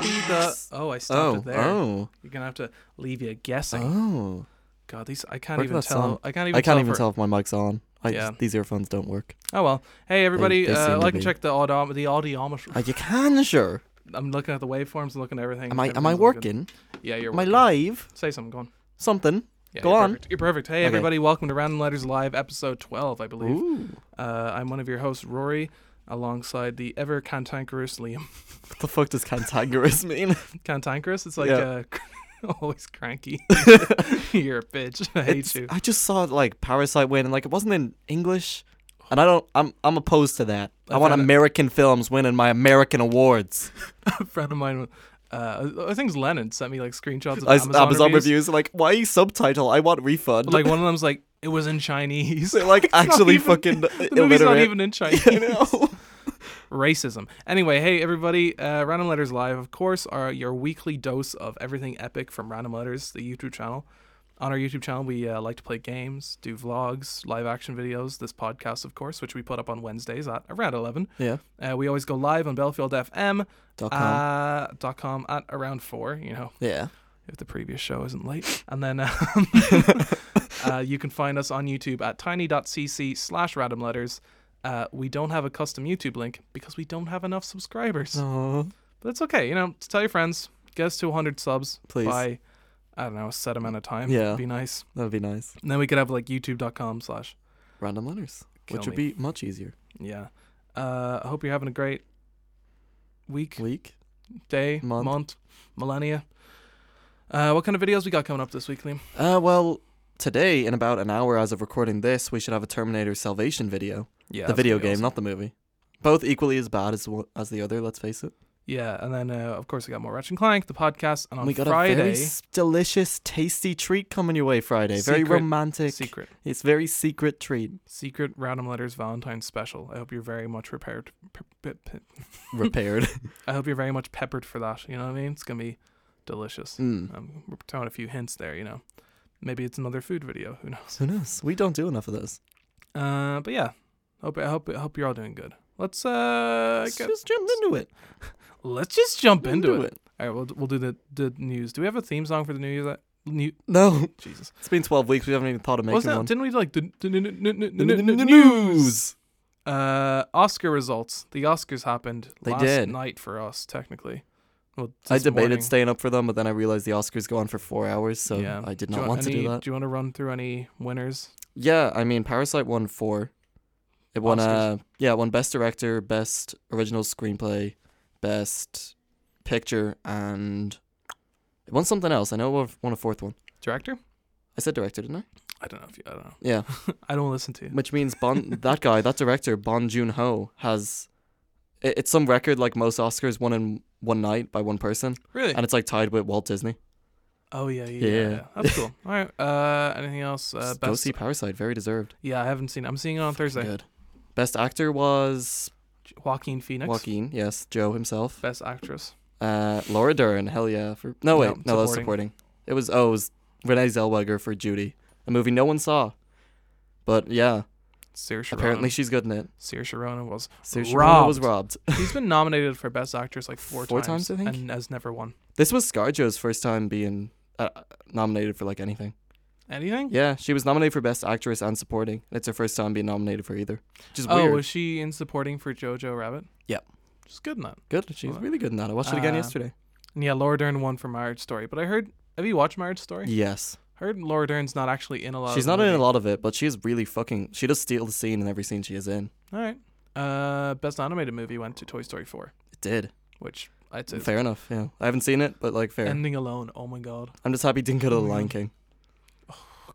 be the. Oh, I stopped Oh, it there. oh. You're gonna have to leave you guessing. Oh, God, these I can't Where did even that tell. sound- I can't even. I can't tell even for- tell if my mic's on. I Yeah. just, these earphones don't work. Oh well. Hey everybody, they seem uh, to like and be. check the audio the audiometer. Uh, you can sure. I'm looking at the waveforms. I'm looking at everything. Am I am Everything's I looking- working? Yeah, you're Am I working. live? Say something. Go on. Something. Yeah, Go you're on. Perfect. You're perfect. Hey Okay. everybody, welcome to Random Letters Live, episode 12, I believe. Ooh, Uh, I'm one of your hosts, Rory, alongside the ever cantankerous Liam. what the fuck does cantankerous mean? Cantankerous? It's like Yeah. uh, always cranky. You're a bitch. I hate It's- you. I just saw like Parasite win, and like it wasn't in English, and I don't. I'm I'm opposed to that. I I want found it- American films winning my American awards. A friend of mine, uh, I think it's Lennon, sent me like screenshots of I, Amazon, Amazon, Amazon reviews. like why subtitle? I want refund. But, like one of them's like, it was in Chinese. They're like It's not actually even- fucking The movie's illiterate. not even in Chinese. I know. racism. Anyway, hey everybody, uh, Random Letters Live, of course, are your weekly dose of everything epic from Random Letters, the YouTube channel. On our YouTube channel, we uh, like to play games, do vlogs, live action videos, this podcast, of course, which we put up on Wednesdays at around 11. Yeah. Uh, we always go live on Belfield FM Dot com. uh, dot com at around 4, you know, yeah. if the previous show isn't late. And then um, uh, you can find us on YouTube at tiny.cc slash random letters. Uh, we don't have a custom YouTube link because we don't have enough subscribers. Oh, But it's okay, you know, to tell your friends, get us to 100 subs Please. by, I don't know, a set amount of time. Yeah. Be nice. that'd be nice. And then we could have like youtube.com slash, Random letters, Kill which would me. be much easier. yeah. Uh, I hope you're having a great week, Week. day, month. month, millennia. Uh, what kind of videos we got coming up this week, Liam? Uh, well, today in about an hour as of recording this, we should have a Terminator Salvation video. Yeah, the that's gonna video be game, awesome. not the movie. Both equally as bad as one- as the other. Let's face it. Yeah, and then uh, of course we got more Ratchet and Clank, the podcast, and on we got Friday, a very s- delicious, tasty treat coming your way Friday. very Secret- romantic. secret, It's very secret treat. secret random letters Valentine's special. I hope you're very much prepared. Pe- pe- pe- Repaired. I hope you're very much peppered for that. You know what I mean? It's gonna be delicious. Mm. Um, we're throwing a few hints there. You know, maybe it's another food video. Who knows? Who knows? We don't do enough of those. Uh, but yeah, hope I hope I hope you're all doing good. Let's uh, Let's go- just jump into it. let's just jump into, it. All right, we'll we'll do the the news. Do we have a theme song for the new year? That new No, Jesus. it's been 12 weeks. We haven't even thought of making Wasn't that, one. didn't we like the, the, the, the, the, the, N- the, n- the n- news? Uh, Oscar results. The Oscars happened They last did. night for us, technically. Well, I this debated morning. staying up for them, but then I realized the Oscars go on for four hours, so Yeah. I did you not want to any- do that. Do you want to run through any winners? Yeah, I mean, Parasite won four. It won, Oscars. uh, yeah, it won Best Director, Best Original Screenplay, Best Picture, and it won something else. I know it won- won a fourth one. Director? I said director, didn't I? I don't know if you. I don't know. Yeah. I don't listen to you. Which means Bon, that guy, that director, Bon Joon Ho, has it, it's some record like most Oscars won in one night by one person, Really? and it's like tied with Walt Disney. Oh yeah, yeah, yeah. Yeah. yeah. That's cool. All right. Uh, anything else? Uh, Just go best. see Parasite, very deserved. Yeah, I haven't seen. it. I'm seeing it on Thursday. Good. Best actor was J- Joaquin Phoenix. Joaquin, yes, Joe himself. Best actress. Uh, Laura Dern, hell yeah. For No, no wait, no, that was supporting. supporting. It was oh, it was Renee Zellweger for Judy, a movie no one saw, but yeah, Saoirse Ronan. apparently she's good in it. Saoirse Ronan was. Saoirse Ronan was Robbed. robbed. He's been nominated for best actress like four, Four times, I think? and has never won This was ScarJo's first time being uh, nominated for like anything. anything. Yeah, she was nominated for Best Actress and Supporting. and It's her first time being nominated for either. Which is oh, weird. was she in supporting for Jojo Rabbit? Yep. She's good in that. good. She's Well, really good in that. I watched it again uh, yesterday. And yeah, Laura Dern won for Marriage Story. But I heard, have you watched Marriage Story? Yes. Heard Laura Dern's not actually in a lot. She's not in a lot of it, but she's really fucking. She does steal the scene in every scene she is in. All right. Uh, best animated movie went to Toy Story 4, It did. which I'd say is Fair enough. Yeah. I haven't seen it, but like, fair. ending alone. Oh my god. I'm just happy it didn't go to The Mm. Lion King.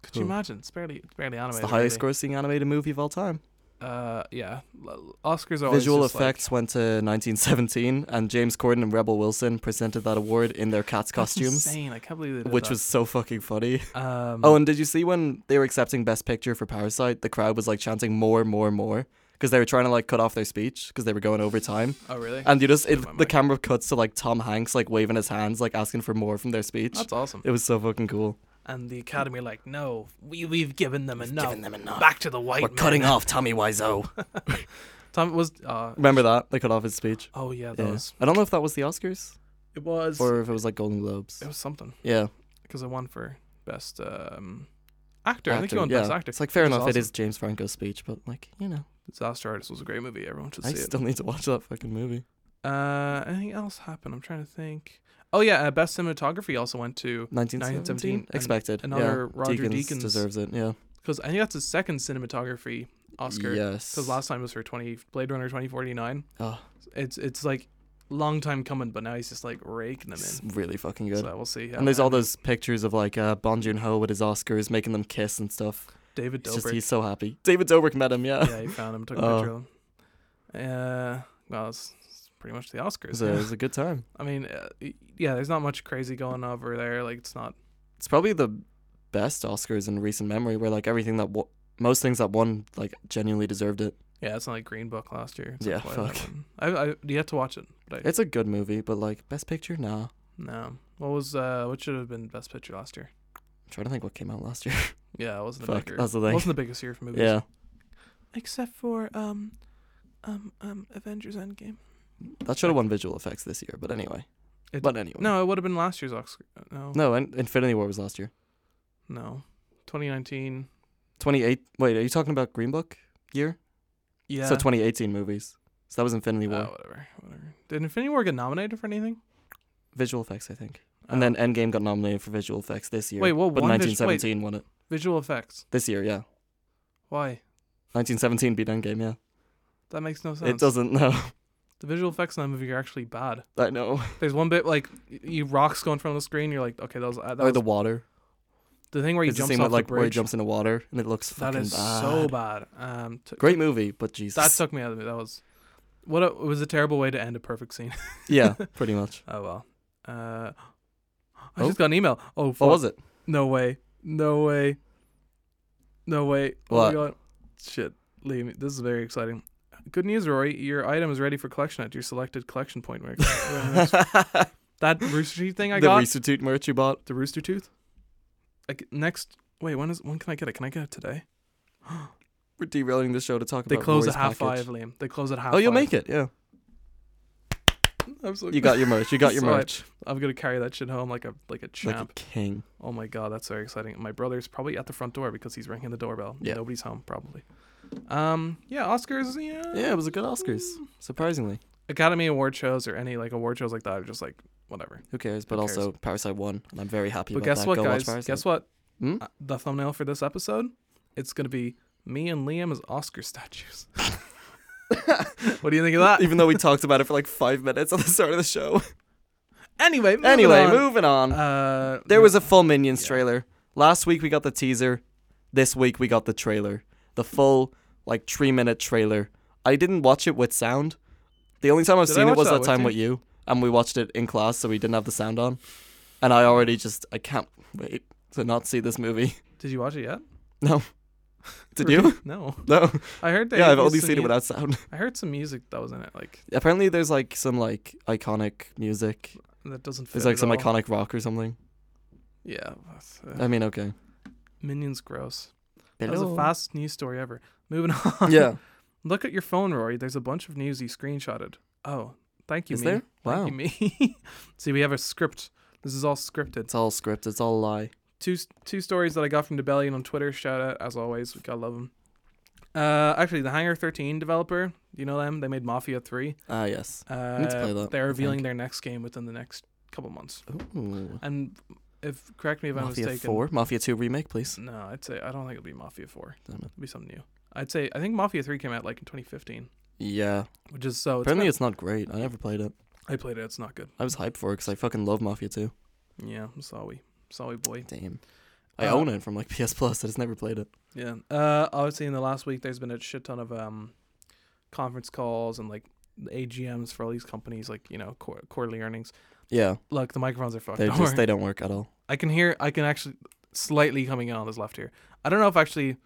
Could you Cool. imagine? It's barely, it's barely animated. It's the highest really. grossing animated movie of all time. Uh, yeah. L- Oscars are always Visual just like- effects went to 1917, and James Corden and Rebel Wilson presented that award in their cat's That's costumes, Insane. I can't believe they did which that. was so fucking funny. Um, Oh, and did you see when they were accepting Best Picture for Parasite, the crowd was like chanting more, more, more because they were trying to like cut off their speech because they were going over time. oh really? And you just Blew it, my the mind. camera cuts to like Tom Hanks like waving his hands like asking for more from their speech. That's awesome. It was so fucking cool. And the Academy are like, no, we we've given them enough. given them enough. Back to the white We're men." cutting off Tommy Wiseau. Tom was. Uh, Remember that they cut off his speech. oh yeah, that Yeah. was I don't know if that was the Oscars. It was. or if it was like Golden Globes. it was something Yeah, because I won for best um, actor. I think actor, you won yeah. best actor. It's like fair which is enough. It awesome. is James Franco's speech, but like you know, Disaster Artist was a great movie. Everyone should I see it. still need to watch that fucking movie. Uh, anything else happened? I'm trying to think. Oh yeah, uh, best cinematography also went to 1917, 1917, and expected. another yeah. Roger Deakins Deakins. deserves it. Yeah, because I think that's his second cinematography Oscar. Yes, Because last time was for 20 Blade Runner 2049. oh, It's it's like long time coming, but now he's just like raking them it's in. really fucking good. So we'll see. how and there's that all happens. those pictures of like uh, Bon Joon Ho with his Oscars making them kiss and stuff. David It's just Dobrik. he's so happy. David Dobrik met him. Yeah, yeah, he found him, took a Oh. picture of him. Uh, well, it's, it's pretty much the it, Oscars. was a, it was a good time. I mean, uh, y- yeah, there's not much crazy going over there. Like it's not. It's probably the best Oscars in recent memory, where like everything that wa- most things that won like genuinely deserved it. Yeah, it's not like Green Book last year. It's Yeah, not quite that fuck. one. I, I you have to watch it. But I, It's a good movie, but like best picture, nah. I'm no. What was uh? What should have been Best Picture last year? trying to think what came out last year. Yeah, it wasn't a Fuck, bigger. that's the thing. Wasn't the biggest year for movies. yeah, Except for um, um, um, Avengers Endgame. that should have won visual effects this year, but anyway. It- but anyway, No, it would have been last year's Oscar. No. no. And Infinity War was last year. No. 2019. 28. Wait, are you talking about Green Book year? Yeah. So 2018 movies. So that was Infinity War. Oh, whatever. Whatever. Did Infinity War get nominated for anything? Visual effects, I think. Oh. And then Endgame got nominated for visual effects this year. Wait, what? but one vis- wait, 1917 won it visual effects. this year. Yeah, Why? 1917 beat Endgame. Yeah, That makes no sense. it doesn't. No, The visual effects in that movie are actually bad. I know. There's one bit like y- you rocks going from the screen. You're like, okay, that was uh, that or was the the, water. thing where he It's the jumps same off with, like the where he bridge. jumps in the water and it looks that fucking is bad. so bad. Um, t- Great movie, but Jesus. That took me out of it. That was what a, it was a terrible way to end a perfect scene. yeah, pretty much. oh well. Uh, I Oh. just got an email. Oh, What fuck. was it? No way. No way. No way. What? Oh my god. Shit. Leave me. This is very exciting. Good news, Rory. Your item is ready for collection at your selected collection point. Where that Rooster Teeth thing I the got. Rooster Teeth merch you bought. the Rooster Tooth. Like next. Wait, when is when can I get it? Can I get it today? We're derailing the show to talk They about. close Rory's at half package. five, Liam. They close at half. Oh, you'll five. make it. Yeah, I'm so you got your merch. You got your Sorry. merch. I'm gonna carry that shit home like a like a champ. Like a king. Oh my god, that's very exciting. My brother's probably at the front door because he's ringing the doorbell. Yeah. Nobody's home, probably. Um, yeah, Oscars, yeah. Yeah, it was a good Oscars. Surprisingly, Academy Award shows or any like award shows like that are just like whatever. who cares? But Who cares? also, Parasite won, and I'm very happy but about guess that. what, Go watch guys? Parasite. Guess what? Hmm? Uh, the thumbnail for this episode, it's gonna be me and Liam as Oscar statues. what do you think of that? Even though we talked about it for like five minutes on the start of the show. Anyway, moving anyway, on. moving on. Uh, there was a full Minions yeah. trailer. Last week we got the teaser. This week we got the trailer. The full, like, three minute trailer. I didn't watch it with sound. The only time I've Did I seen it watch was that that with time you? with you, and we watched it in class, so we didn't have the sound on. And I already just, I can't wait to not see this movie. Did you watch it yet? Did you? No, No. I heard. They Yeah, I've used only some seen it mu- without sound. I heard some music that was in it, like Apparently, there's like some like iconic music. that doesn't fit. There's like at some all. iconic rock or something. Yeah, that's, uh, I mean, okay. Minions gross. That was the fastest news story ever. Moving on. Yeah. Look at your phone, Rory. There's a bunch of news you screenshotted. Oh, thank you, Is me. there? Wow. Thank you, me. See, we have a script. This is all scripted. It's all script. It's all a lie. Two two stories that I got from Debellion on Twitter. Shout out as always. We gotta love them. Uh, actually, the Hangar 13 developer. You know them. They made Mafia 3. Ah, yes. Uh, need to play that, They're I revealing think. their next game within the next couple months. Ooh. And if correct me if I'm Mafia mistaken. 4. Mafia 2 remake, please. No, I'd say I don't think it'll be Mafia 4. Damn it. It'll be something new. I'd say I think Mafia 3 came out like in 2015, Yeah. which is so. Apparently, it's it's not great. I never played it. not, I played it. It's not good. I was hyped for it because I fucking love Mafia 2. Yeah, I'm sorry, sorry boy. Damn. I Uh, own it from like PS Plus. I just never played it. Yeah. Uh, obviously in the last week there's been a shit ton of um, conference calls and like AGMs for all these companies, like you know qu- quarterly earnings. Yeah. Look, the microphones are fucked. They don't just worry. they don't work at all. I can hear. I can actually slightly coming in on this left here. I don't know if actually,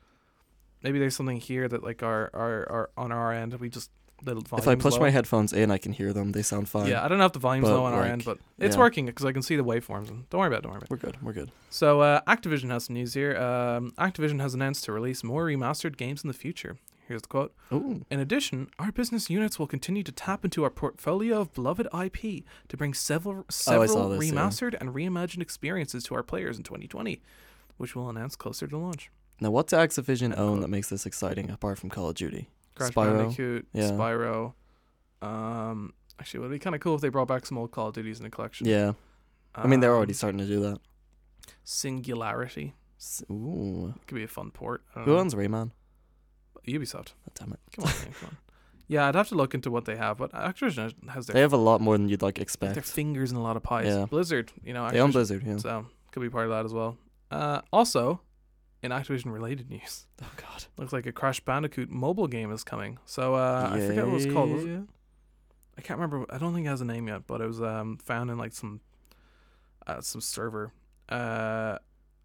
maybe there's something here that like our our, our on our end we just the if I volume's push low. my headphones in, I can hear them. They sound fine. Yeah, I don't know if the volume's But, low on our like, end, but it's yeah. working because I can see the waveforms. And don't worry about it. Don't worry about it. We're good. We're good. So uh, Activision has some news here. Um, Activision has announced to release more remastered games in the future. Here's the quote. Oh, In addition, our business units will continue to tap into our portfolio of beloved IP to bring several Oh, I saw several this, yeah. remastered and reimagined experiences to our players in 2020, which we'll announce closer to launch. now what does Activision own that makes this exciting apart from Call of Duty? Crash Spyro, Bandicoot, yeah. Spyro. Um, actually, it would be kind of cool if they brought back some old Call of Duties in the collection. Yeah, I mean they're Um, already starting to do that. Singularity S- Ooh, could be a fun port. I don't who know. owns Rayman? Ubisoft. Oh, damn it, Come on, man, come on. Yeah, I'd have to look into what they have, but Activision has- has their they have a lot more than you'd like like, their expect. fingers in a lot of pies. Yeah. Blizzard, you know, They own Activision Blizzard. Yeah. So could be part of that as well. Uh, also, in Activision related news, Oh God. looks like a Crash Bandicoot mobile game is coming. So uh, I forget what it's called. Was it- Yeah. I can't remember. I don't think it has a name yet, but it was um, found in like some uh, some server, uh,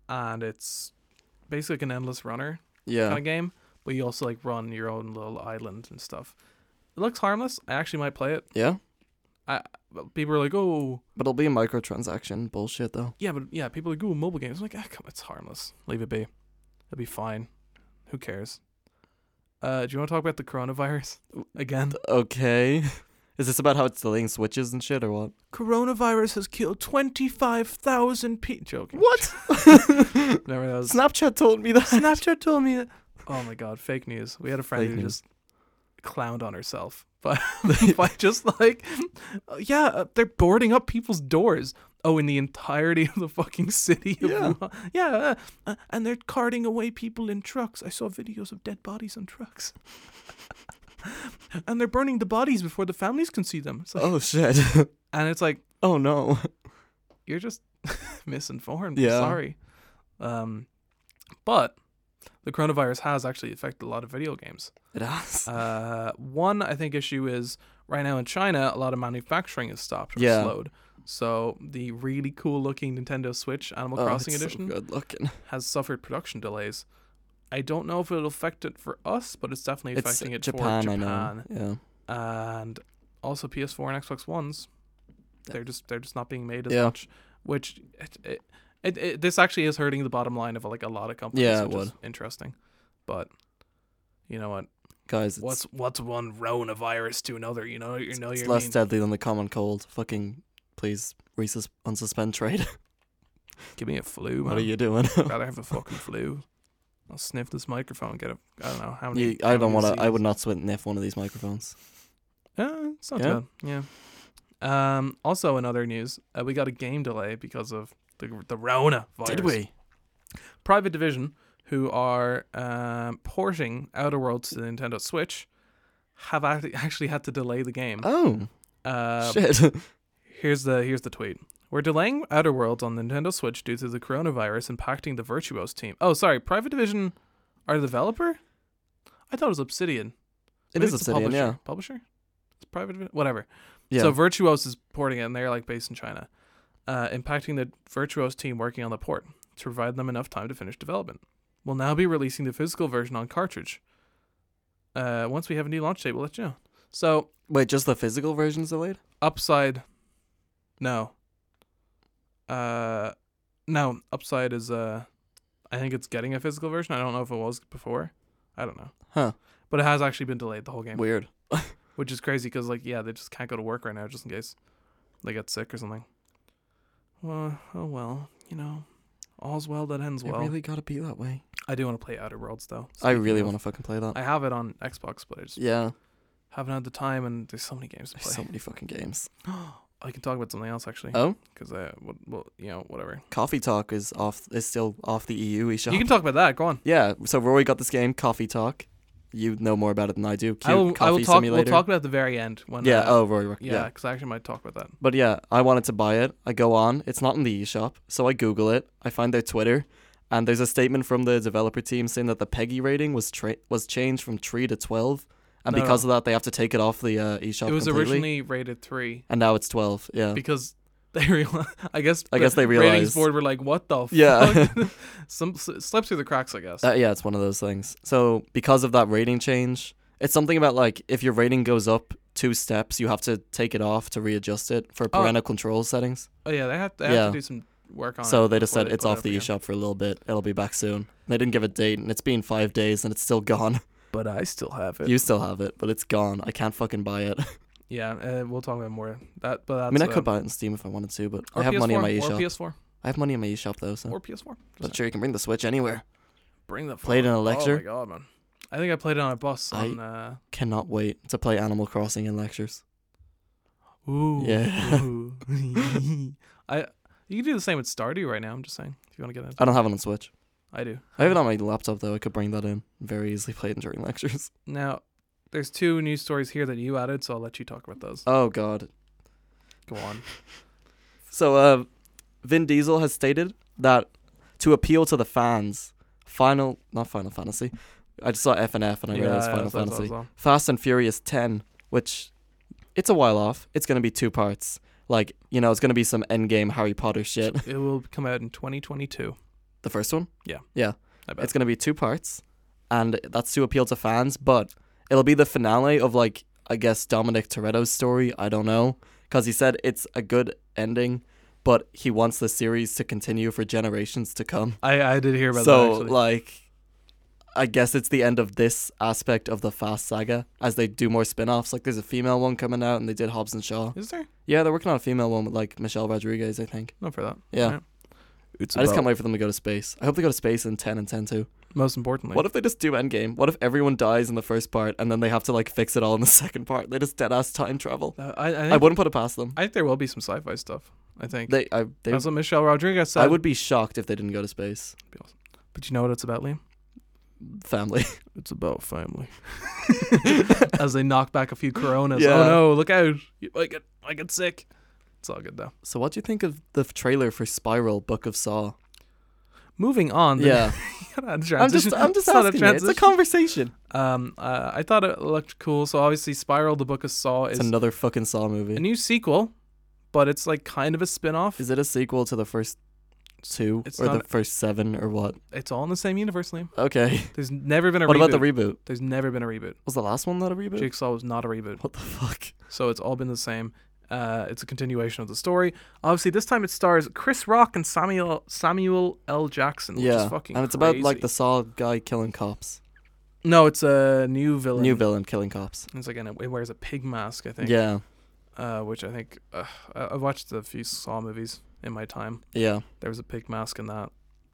and it's basically like an endless runner Yeah. kind of game, but you also like run your own little island and stuff. It looks harmless. I actually might play it. Yeah. But people are like, "Oh, But it'll be a microtransaction bullshit though. Yeah, but yeah, people are like, ooh, mobile games. I'm like, ah, come, it's harmless. Leave it be. It'll be fine. Who cares? Uh, do you want to talk about the coronavirus again? Okay. Is this about how it's delaying switches and shit or what? coronavirus has killed twenty five thousand people. Joking. What? Never that was. Snapchat told me that. Snapchat told me. That. Oh my god, fake news. We had a friend Fake who news. just clowned on herself by by just like, "Oh, yeah, uh, they're boarding up people's doors. Oh, in the entirety of the fucking city. Of Yeah. Wuhan. yeah, uh, uh, and they're carting away people in trucks. I saw videos of dead bodies on trucks. and they're burning the bodies before the families can see them. It's like- Oh shit. And it's like Oh no. you're just misinformed. Yeah. I'm sorry. Um, but the coronavirus has actually affected a lot of video games. It has. Uh, one I think issue is right now in China, a lot of manufacturing is stopped or Yeah. slowed. So the really cool looking Nintendo Switch Animal Oh, Crossing it's so edition good looking. has suffered production delays. I don't know if it'll affect it for us, but it's definitely It's affecting it Japan, for Japan. I know. Yeah. And also PS4 and Xbox Ones, they're just they're just not being made as Yeah. much. Which it, it, it, it, this actually is hurting the bottom line of like a lot of companies. Yeah, it which is interesting. But you know what? Guys, it's, What's what's one coronavirus to another? You know you know it's you less mean. deadly than the common cold. Fucking please resus- unsuspend trade. Give me a flu. what Man. are you doing? I'd rather have a fucking flu. I'll sniff this microphone. Get a I don't know how many. You- I don't want to. I would not sniff one of these microphones. Uh, it's not Yeah? bad. Yeah. Um. Also, in other news, uh, we got a game delay because of the the Rona virus. Did we? Private Division, who are um, porting Outer Worlds to the Nintendo Switch, have act- actually had to delay the game. Oh Uh, shit. here's the here's the tweet. We're delaying Outer Worlds on the Nintendo Switch due to the coronavirus impacting the Virtuos team. Oh, sorry, Private Division are the developer. I thought it was Obsidian. It Maybe is it's a Obsidian. publisher. Yeah. Publisher? It's Private Division. Whatever. Yeah. So Virtuos is porting it, and they're like based in China, uh, impacting the Virtuos team working on the port to provide them enough time to finish development. We'll now be releasing the physical version on cartridge. Uh, once we have a new launch date, we'll let you know. So Wait, just the physical version's delayed? upside, no. Uh, no upside is uh, I think it's getting a physical version. I don't know if it was before. I don't know. Huh. But it has actually been delayed the whole game, Weird. which is crazy because like yeah, they just can't go to work right now just in case they get sick or something. Well, oh well, you know, all's well that ends well. it really gotta be that way. I do want to play Outer Worlds though. I really want want to fucking play that. I have it on Xbox, but I just yeah. haven't had the time, and there's so many games to There's play. so many fucking games. I can talk about something else actually, Oh, because I, well, well, you know, whatever. Coffee Talk is off. Is still off the EU eShop. You can talk about that. Go on. yeah. So Rory got this game, Coffee Talk. You know more about it than I do. Cute I will. coffee I will talk. We'll simulator. talk about it at the very end when. yeah. uh, oh, Rory. rec- yeah. Because I actually might talk about that. But yeah, I wanted to buy it. I go on, it's not in the eShop, so I Google it. I find their Twitter, and there's a statement from the developer team saying that the Peggy rating was tra- was changed from three to twelve, and No, because of that, they have to take it off the uh, eShop. it was completely, originally rated three and now it's twelve. Yeah, because they realized. I guess. I the guess they Ratings realized. board were like, "What the? Yeah. Fuck? Some s- slipped through the cracks, I guess. Uh, yeah, it's one of those things. So because of that rating change, it's something about like if your rating goes up two steps, you have to take it off to readjust it for Oh. parental control settings. oh yeah, they have. They yeah. have to do some work on. So it they just before said they it's put it off up the again. eShop for a little bit. It'll be back soon. They didn't give a date, and it's been five days, and it's still gone. but I still have it. You still have it, but it's gone. I can't fucking buy it. yeah, uh, we'll talk about more that. But I that's, mean, I uh, could buy it on Steam if I wanted to, but or I have money in my PS4, eShop. Or PS4. I have money in my eShop though, so. Or PS4. but sure, you can bring the Switch anywhere. Bring the Played phone. in a lecture? Oh my god, man! I think I played it on a bus. I- On uh, Cannot wait to play Animal Crossing in lectures. ooh, Yeah. ooh. I you can do the same with Stardew right now. I'm just saying, if you want to get into, I don't have it on Switch. I do. I have it on my laptop though. I could bring that in very easily. Play it during lectures. Now, there's two news stories here that you added, so I'll let you talk about those. Oh god. Go on. So, uh, Vin Diesel has stated that to appeal to the fans, Final, not Final Fantasy. I just saw F and F and I realized Final that's- that's what I Fantasy. was on. Fast and Furious 10, which it's a while off. It's going to be two parts. Like, you know, it's going to be some endgame Harry Potter shit. It will come out in 2022. The first one? I bet. It's going to be two parts. And that's to appeal to fans, but it'll be the finale of, like, I guess Dominic Toretto's story. I don't know. Because he said it's a good ending, but he wants the series to continue for generations to come. I I did hear about so that. Actually. like i guess it's the end of this aspect of the fast saga as they do more spin-offs like there's a female one coming out and they did hobbs and shaw Is there? yeah they're working on a female one with like michelle rodriguez i think No, for that. yeah Right. It's i just can't wait for them to go to space i hope they go to space in 10 and 10 too Most importantly, what if they just do endgame what if everyone dies in the first part and then they have to like fix it all in the second part they just dead-ass time travel Uh, I I think, i wouldn't put it past them I think there will be some sci-fi stuff. I think they i, they, that's what Michelle Rodriguez said. I would be shocked if they didn't go to space but you know what it's about, Liam? family It's about family. As they knock back a few Coronas. Yeah. Oh no! Look out! You- I get I get sick. It's all good though. so what do you think of the trailer for spiral book of saw Moving on. yeah I'm I'm just, I'm just asking. you. It's a conversation. um, uh, I thought it looked cool. So obviously, Spiral: The Book of Saw It's is another fucking Saw a movie. new sequel, but it's like kind of a spin-off. Is it a sequel to the first two It's or the not- first seven or what? It's all in the same universe, Liam. Okay. There's never been a What reboot. about the reboot? There's never been a reboot. Was the last one not a reboot? Jigsaw was not a reboot. What the fuck? So it's all been the same. Uh, it's a continuation of the story. Obviously, this time it stars Chris Rock and Samuel Samuel L. Jackson, which yeah, is fucking and it's crazy. about like the Saw guy killing cops, no, it's a new villain. new villain killing cops. It's like an, it wears a pig mask, I think. Yeah, Uh, which I think uh, I- I've watched a few Saw movies in my time. yeah. There was a pig mask in that.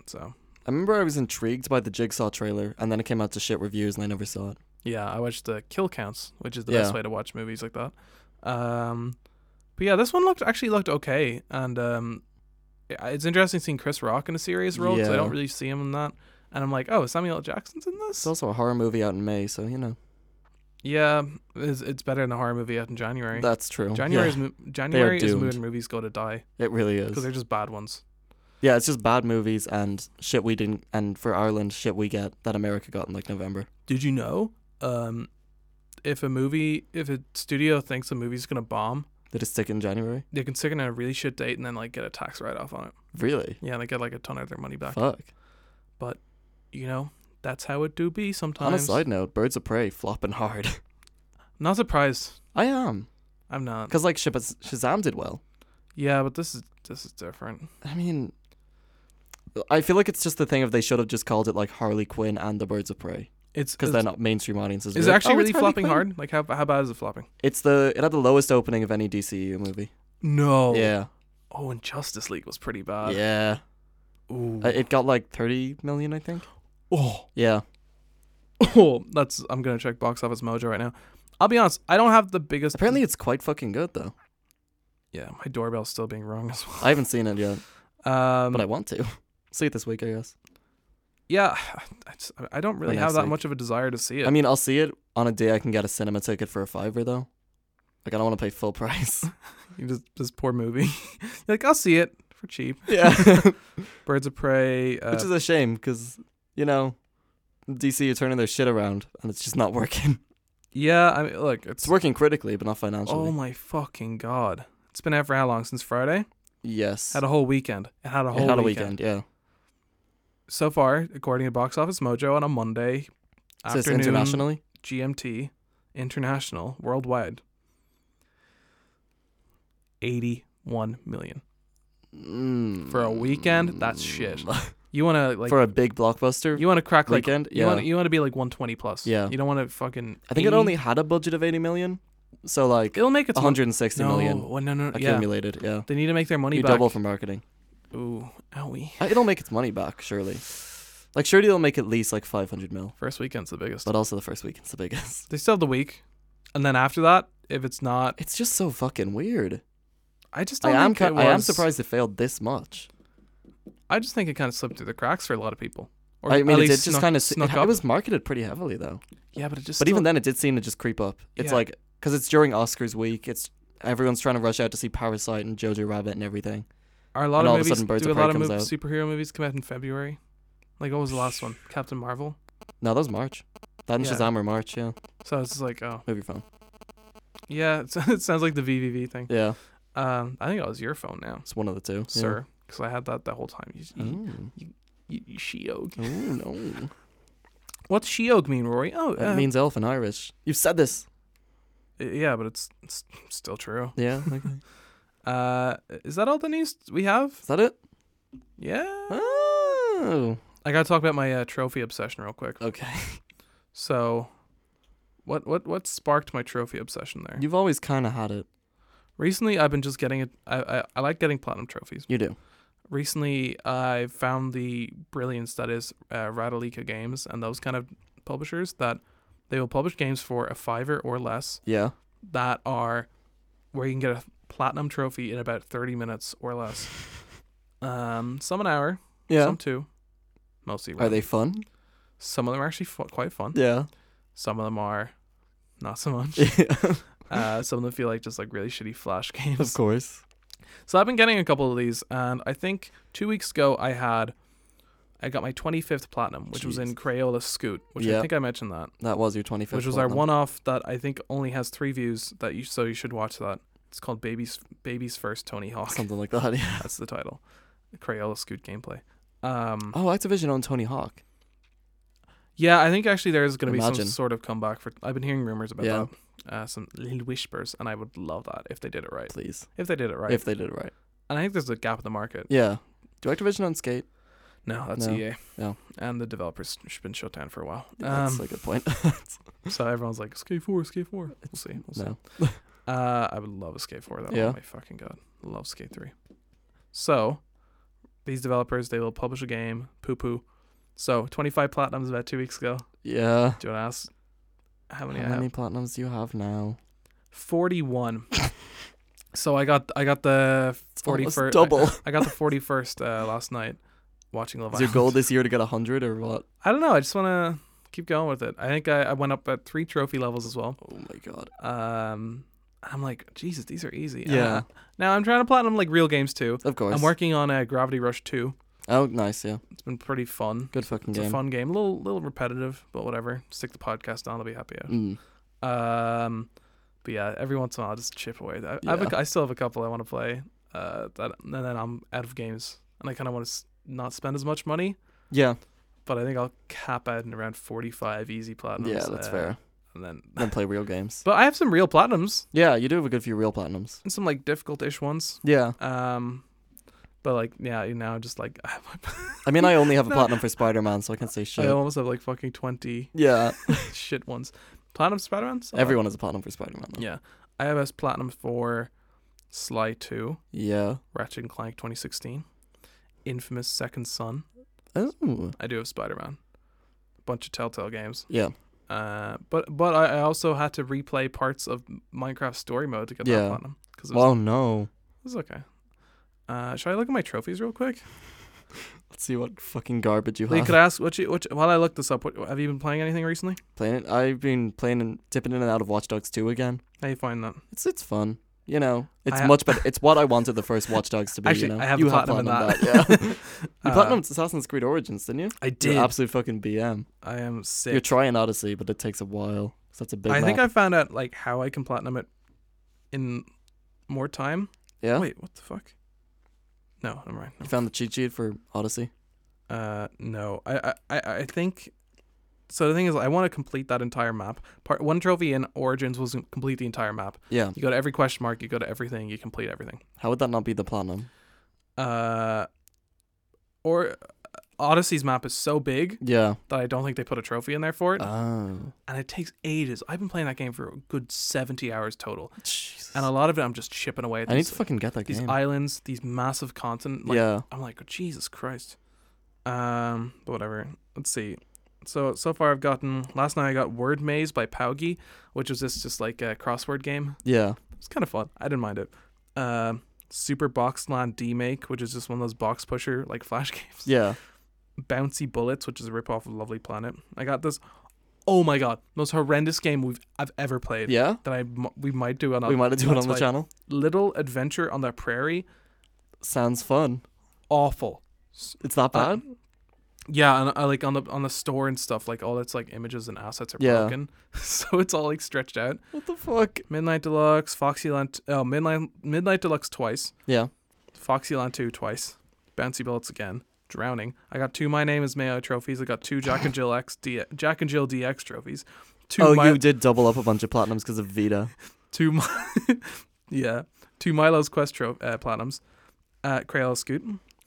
So I remember I was intrigued by the Jigsaw trailer, and then it came out to shit reviews, and I never saw it. yeah, I watched the kill counts, which is the Yeah. best way to watch movies like that. Um, but yeah, this one looked actually looked okay, and um, i- it's interesting seeing Chris Rock in a serious role because I Yeah. don't really see him in that. And I'm like, oh, Samuel L. Jackson's in this. It's also a horror movie out in May, so you know yeah, it's, it's better than a horror movie out in January. that's true. January is yeah, mo- January is doomed. when movies go to die it really because is. they're just bad ones. Yeah, it's just bad movies and shit we didn't, and for Ireland, shit we get that America got in like November. Did you know? Um, if a movie, if a studio thinks a movie's gonna bomb, Did it stick in January? they can stick it in a really shit date and then like get a tax write off on it. Really? Yeah, and they get like a ton of their money back. Fuck. you know, that's how it do be On a sometimes. side note, Birds of Prey flopping hard. Not surprised. I am. I'm not. Because, like, Shaz- Shazam did well. Yeah, but this is this is different. I mean, I feel like it's just the thing of they should have just called it, like, Harley Quinn and the Birds of Prey. It's Because it's- then mainstream audiences would is be it like, actually "Oh, it's really Harley flopping Quinn." hard? Like how how bad is it flopping? It's the, it had the lowest opening of any DCU movie. No. Yeah. Oh, and Justice League was pretty bad. yeah. Ooh. Uh, It got, like, 30 million, I think. oh. Yeah. Oh, that's I'm gonna check box office mojo right now. I'll be honest, I don't have the biggest Apparently, it's quite fucking good, though. Yeah, my doorbell's still being rung as well. I haven't seen it yet, Um but I want to. See it this week, I guess. yeah, I, just- I don't really next have that week. much of a desire to see it. I mean, I'll see it on a day I can get a cinema ticket for a fiver, though. Like, I don't want to pay full price. You just this poor movie. You're like, I'll see it for cheap. Yeah, Birds of Prey, uh, which is a shame because you know DC are turning their shit around and it's just not working. Yeah, I mean, look, It's it's working critically, but not financially. oh my fucking god! It's been out for how long? Since Friday? yes, Had a whole weekend. It had a It whole had a weekend. weekend. Yeah, So far, according to Box Office Mojo, on a Monday so it's afternoon, internationally. GMT, international, worldwide, eighty-one million Mm. for a weekend. That's shit. You want to like for a big blockbuster. you want to crack like weekend? you Yeah. want you want to be like 120 plus. Yeah. You don't want to fucking. I think it only had a budget of 80 million. So like it'll make its money- 160 no, million well, no, no, no, yeah. accumulated. Yeah. They need to make their money You back. double for marketing. Ooh, owie. Uh, It'll make its money back, surely. Like surely they'll make at least like 500 mil. First weekend's the biggest. But also the first week it's the biggest. They still have the week, and then after that, if it's not, It's just so fucking weird. I just I don't am think it ki- I am was- surprised it failed this much. I just think it kind of slipped through the cracks for a lot of people. Or I at mean, it least did just snuck- kind of snuck it, up. was marketed pretty heavily though. yeah, but it just. But even still- then, it did seem to just creep up. It's Yeah. like because it's during Oscars week. It's everyone's trying to rush out to see Parasite and Jojo Rabbit and everything. are a lot and of all of a movies sudden Birds do a of lot Prey of comes mov- out. superhero movies come out in February? Like what was the last one? Captain Marvel. No, that was March. That and Yeah. Shazam are March. Yeah, So it's just like oh move your phone. yeah, it's, it sounds like the VVV thing. Yeah, Um, I think that was your phone now, it's one of the two. yeah. sir, because I had that the whole time. You, you, Mm. you, you sheog. Oh no, What's sheog mean, Rory? Oh, that uh, means elf in Irish. You've said this. yeah, but it's, it's still true. Yeah, okay. Uh, is that all the news we have? is that it? Yeah. Oh, I gotta talk about my uh, trophy obsession real quick. okay. So, what what what sparked my trophy obsession there? You've always kind of had it. Recently, I've been just getting it. I, I I like getting platinum trophies. You do. Recently, I found the brilliance that is uh, Radalika Games and those kind of publishers that they will publish games for a fiver or less Yeah. that are where you can get a platinum trophy in about thirty minutes or less. Um, some an hour, Yeah. some two, mostly. Are random. they fun? Some of them are actually fu- quite fun. Yeah. Some of them are not so much. uh, some of them feel like just like really shitty flash of games. course. So I've been getting a couple of these, and I think two weeks ago I had, I got my 25th platinum, which was in Crayola Scoot, which I Yeah. think I mentioned that, That was your 25th. which was our platinum. one-off that I think only has three views. That you so you should watch that. It's called Baby's Baby's First Tony Hawk. Something like that. Yeah. That's the title. Crayola Scoot gameplay. Um, Oh, Activision owned Tony Hawk. Yeah, I think actually there's going to be some Imagine. sort of comeback for. I've been hearing rumors about Yeah. that, uh, some little whispers, and I would love that if they did it right. Please, If they did it right, if they did it right. and I think there's a gap in the market. Yeah. Do Activision own Skate? No, that's No. EA. No. and the developers sh- been shut down for a while. That's Um, a good point. so everyone's like, Skate Four, Skate Four. We'll see. We'll see. no. Uh, I would love a Skate 4 though. Yeah. Oh my fucking god. Love Skate 3. So, these developers, they will publish a game, poo poo. So, 25 platinums about two weeks ago. Yeah. Do you want to ask how many I How have? many platinums do you have now? 41. so I got I got the forty almost first double. I, I got the forty first uh, last night watching Love Is your Island. goal this year to get 100 or what? I don't know. I just want to keep going with it. I think I, I went up at three trophy levels as well. Oh my god. Um, I'm like Jesus, these are easy. Yeah. Uh, now I'm trying to platinum like real games too. Of course. I'm working on uh, Gravity Rush two. Oh, nice. Yeah. It's been pretty fun. Good fucking It's a game. fun game. A little little repetitive, but whatever. Stick the podcast on. I'll be happy. Out. Mm. Um, but yeah, every once in a while, I'll just chip away. I, I, have a, Yeah. I still have a couple I want to play. Uh, that and then I'm out of games, and I kind of want to s- not spend as much money. Yeah. But I think I'll cap out in around 45 easy platinums. Yeah, that's uh, fair. And then, Then play real games. but I have some real platinums Yeah, you do have a good few real platinums. and some like difficult-ish ones. Yeah. Um, but like yeah, you know, just like I, I mean, I only have a No. platinum for Spider Man, so I can say shit. I almost have like fucking 20 Yeah. shit ones. Platinum Spider-Man. Something like- Everyone has a platinum for Spider Man. Yeah, I have a platinum for Sly two. Yeah. Ratchet and Clank 2016, Infamous Second Son. Oh. I do have Spider Man, a bunch of Telltale games. Yeah. Uh, but but I, I also had to replay parts of Minecraft Story Mode to get that Yeah. platinum because it, was- Oh no. it was okay. Uh, should I look at my trophies real quick? Let's see what fucking garbage you Lee, have. could I ask what you what you- while I look this up? What, have you been playing anything recently? playing it. I've been playing and dipping in and out of Watch Dogs 2 again. How you find that? It's it's fun. You know, it's ha- much better. It's what I wanted the first Watch Dogs to be. Actually, you know? I have you the platinum, in platinum that. in yeah. you Uh, platinumed Assassin's Creed Origins, didn't you? I You did. absolute fucking BM. I am You're sick. trying Odyssey, but it takes a while. 'cause that's a big. I think map. I found out like how I can platinum it in more time. Yeah. Wait, what the fuck? No, I'm right. You found the cheat sheet for Odyssey. Uh, no. I, I- I, I think. So the thing is, I want to complete that entire map. Part one trophy in Origins was complete the entire map. Yeah. You go to every question mark. You go to everything. You complete everything. How would that not be the platinum? Uh, or Odyssey's map is so big Yeah. that I don't think they put a trophy in there for it, Oh. and it takes ages. I've been playing that game for a good seventy hours total, Jesus. and a lot of it I'm just chipping away at I need these, to fucking get that these game. islands, these massive continents. Like, yeah. I'm like, Jesus Christ. Um, but whatever. Let's see. So so far I've gotten last night I got Word Maze by Paugi, which was this just like a crossword game. Yeah. It's kind of fun. I didn't mind it. Um, Super Box Land D-Make, which is just one of those box pusher like flash games. Yeah. Bouncy Bullets, which is a ripoff of Lovely Planet. I got this. Oh my god, most horrendous game we've I've ever played. Yeah. That I m- we might do on We might have done it on the like channel. Little Adventure on the Prairie. Sounds fun. Awful. It's that Uh, bad. Yeah, and uh, like on the on the store and stuff, like all its like images and assets are Yeah. broken, so it's all like stretched out. what the fuck? Midnight Deluxe, Foxy Land, oh Midnight Midnight Deluxe twice, Yeah. Foxy Land two twice, Bouncy Bullets again, Drowning. I got two My Name Is Mayo trophies. I got two Jack and Jill X D, Jack and Jill DX trophies. Two oh, Mi- you did double up a bunch of platinums because of Vita. two, Mi- yeah, two Milo's Quest tro- uh, platinums, uh, Crayola Scoot.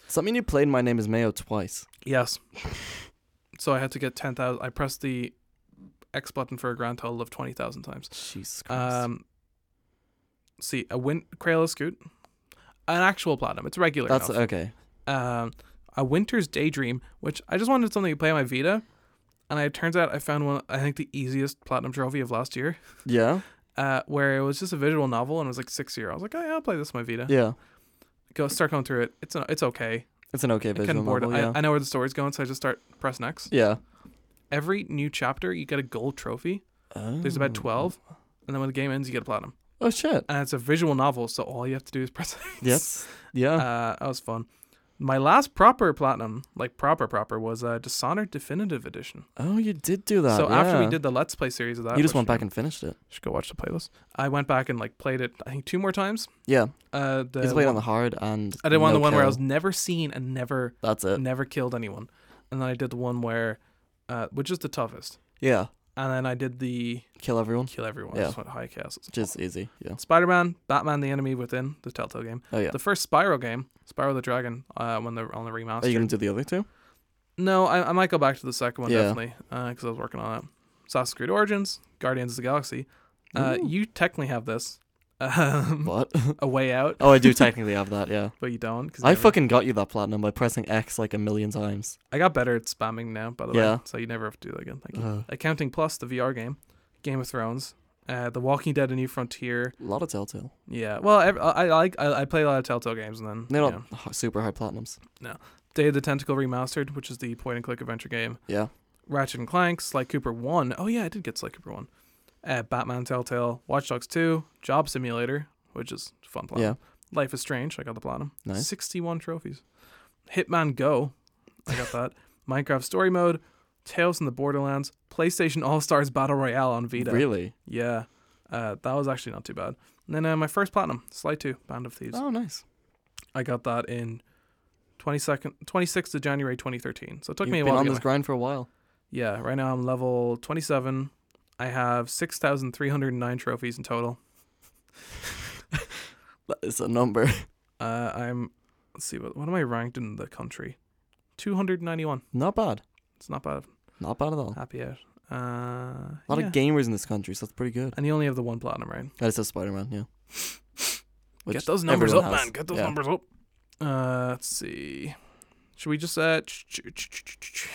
Does that mean you played My Name Is Mayo twice? Yes. So I had to get ten thousand. I pressed the X button for a grand total of twenty thousand times. Jesus Christ. Um, see, a win Crayola Scoot, an actual platinum. It's regular. That's enough. okay. um, a Winter's Daydream, which I just wanted something to play on my Vita, and I, it turns out I found one. I think the easiest platinum trophy of last year, Yeah. uh, where it was just a visual novel and it was like six year. I was like, oh yeah, I'll play this on my Vita. Yeah. Go start going through it. It's an, it's okay. It's an okay I kind visual of bored. novel. yeah. I, I know where the story's going, so I just start press next. yeah. Every new chapter, you get a gold trophy. Oh. There's about twelve, and then when the game ends, you get a platinum. Oh shit. And it's a visual novel, so all you have to do is press. X. Yes. Yeah. Uh, that was fun. My last proper platinum, like proper proper, was uh, Dishonored Definitive Edition. oh, you did do that. so after we yeah. did the Let's Play series of that, you just which went back and finished it. should go watch the playlist. I went back and like played it. I think two more times. Yeah. Uh, the He's played one- on the hard and I did one no the one where I kill. Uh. was never seen and never That's it. never killed anyone, and then I did the one where, uh, which is the toughest, Yeah. and then I did the Kill everyone. kill everyone. Yeah. That's what high castles. Which is easy. Yeah. Spider Man, Batman, the Enemy Within, the Telltale game, Oh yeah. the first Spyro game, Spyro the Dragon, uh, when they're on the remaster. Are you gonna do the other two? Mm-hmm. No, I, I might go back to the second one Yeah. definitely because I was working on it. Assassin's Creed Origins, Guardians of the Galaxy. Uh, Ooh. you technically have this, um, What? a way out, oh, I do technically have that. Yeah. but you don't. 'cause you I never- fucking got you that platinum by pressing X like a million times. I got better at spamming now, by the Yeah. way. So you never have to do that again. Thank you. Uh, Accounting Plus, the VR game, Game of Thrones, uh, The Walking Dead: A New Frontier. a lot of Telltale. Yeah. Well, ev- I, I like I, I play a lot of Telltale games, and then They're yeah. not h- super high platinums. Day of the Tentacle remastered, which is the point and click adventure game. Yeah. Ratchet and Clank, Sly Cooper 1. Oh, yeah, I did get Sly Cooper 1. Uh, Batman Telltale, Watch Dogs 2, Job Simulator, which is fun platinum. Life is Strange, I got the platinum. Nice. 61 trophies. Hitman Go, I got that. Minecraft Story Mode, Tales from the Borderlands, PlayStation All Stars Battle Royale on Vita. Really? Yeah, uh, that was actually not too bad. And then uh, my first platinum, Sly 2, Band of Thieves. Oh, nice. I got that in 22nd, 26th of January 2013. So it took You've me a been while. on to get this my- grind for a while. yeah, right now I'm level 27. I have 6,309 trophies in total. That is a number. Uh, I'm, let's see, what, what am I ranked in the country? 291. not bad. It's not bad. Not bad at all. Happy out. Uh, Oh. A lot yeah. of gamers in this country, so that's pretty good. and you only have the one platinum, right? That is a Spider Man, yeah. Which Get those numbers up, everyone has. man. Get those Yeah. numbers up. Uh, let's see. Should we just, uh, ch- ch- ch- ch- ch- ch-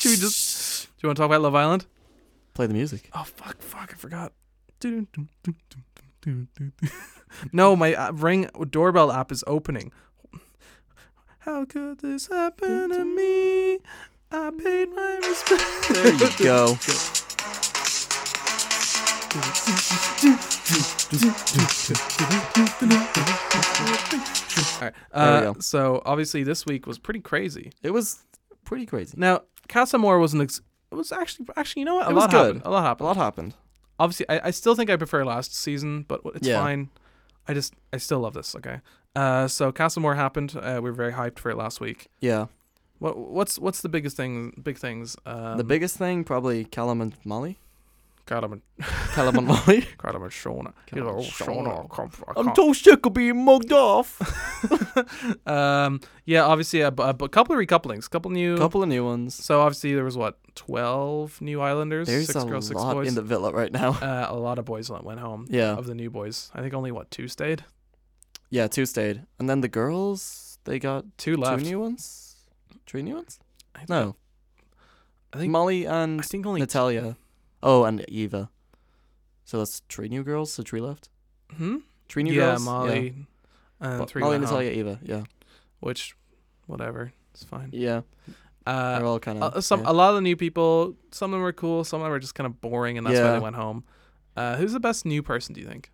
should we just, do you want to talk about Love Island? Play the music. Oh fuck! Fuck! I forgot. no, my uh, ring doorbell app is opening. How could this happen to me? I paid my respect. There you go. All right. There we Uh, go. so obviously this week was pretty crazy. It was pretty crazy. Now Casamore was an ex- it was actually actually you know what a It was lot good. happened. A lot A happened. lot happened. obviously I, I still think I prefer last season, but it's Yeah. fine. I just I still love this. Okay. Uh, so Castlemore happened. Uh, we were very hyped for it last week. Yeah. What what's what's the biggest thing? Big things. Um, the biggest thing, probably Callum and Molly. God, I'm a, Tell him on why. God, I'm a Shauna. God, You're I'm like, oh, a Shauna, Shauna. I can't- I I'm can't- too sick of being mugged off. um, yeah, obviously, a, bu- a, bu- couple of recouplings, couple new. couple of new ones. So obviously, there was what twelve new Islanders. There's six a girls, six lot boys. in the villa right now. uh, a lot of boys went went home. Yeah. Of the new boys, I think only what two stayed. Yeah, two stayed. And then the girls, they got Two left. two new ones? Three new ones? I think- No. I think- Molly and I think only Natalia. Oh, and Eva. So that's three new girls, so three left? Hmm? Three new yeah, girls? Molly and But three Molly, went home, Natalia, Eva. Yeah. which, whatever, it's fine. Yeah. Uh, They're all kind of. Uh, some a lot of the new people. Some of them were cool. Some of them were just kind of boring, and that's why Yeah. they went home. Uh, who's the best new person? Do you think?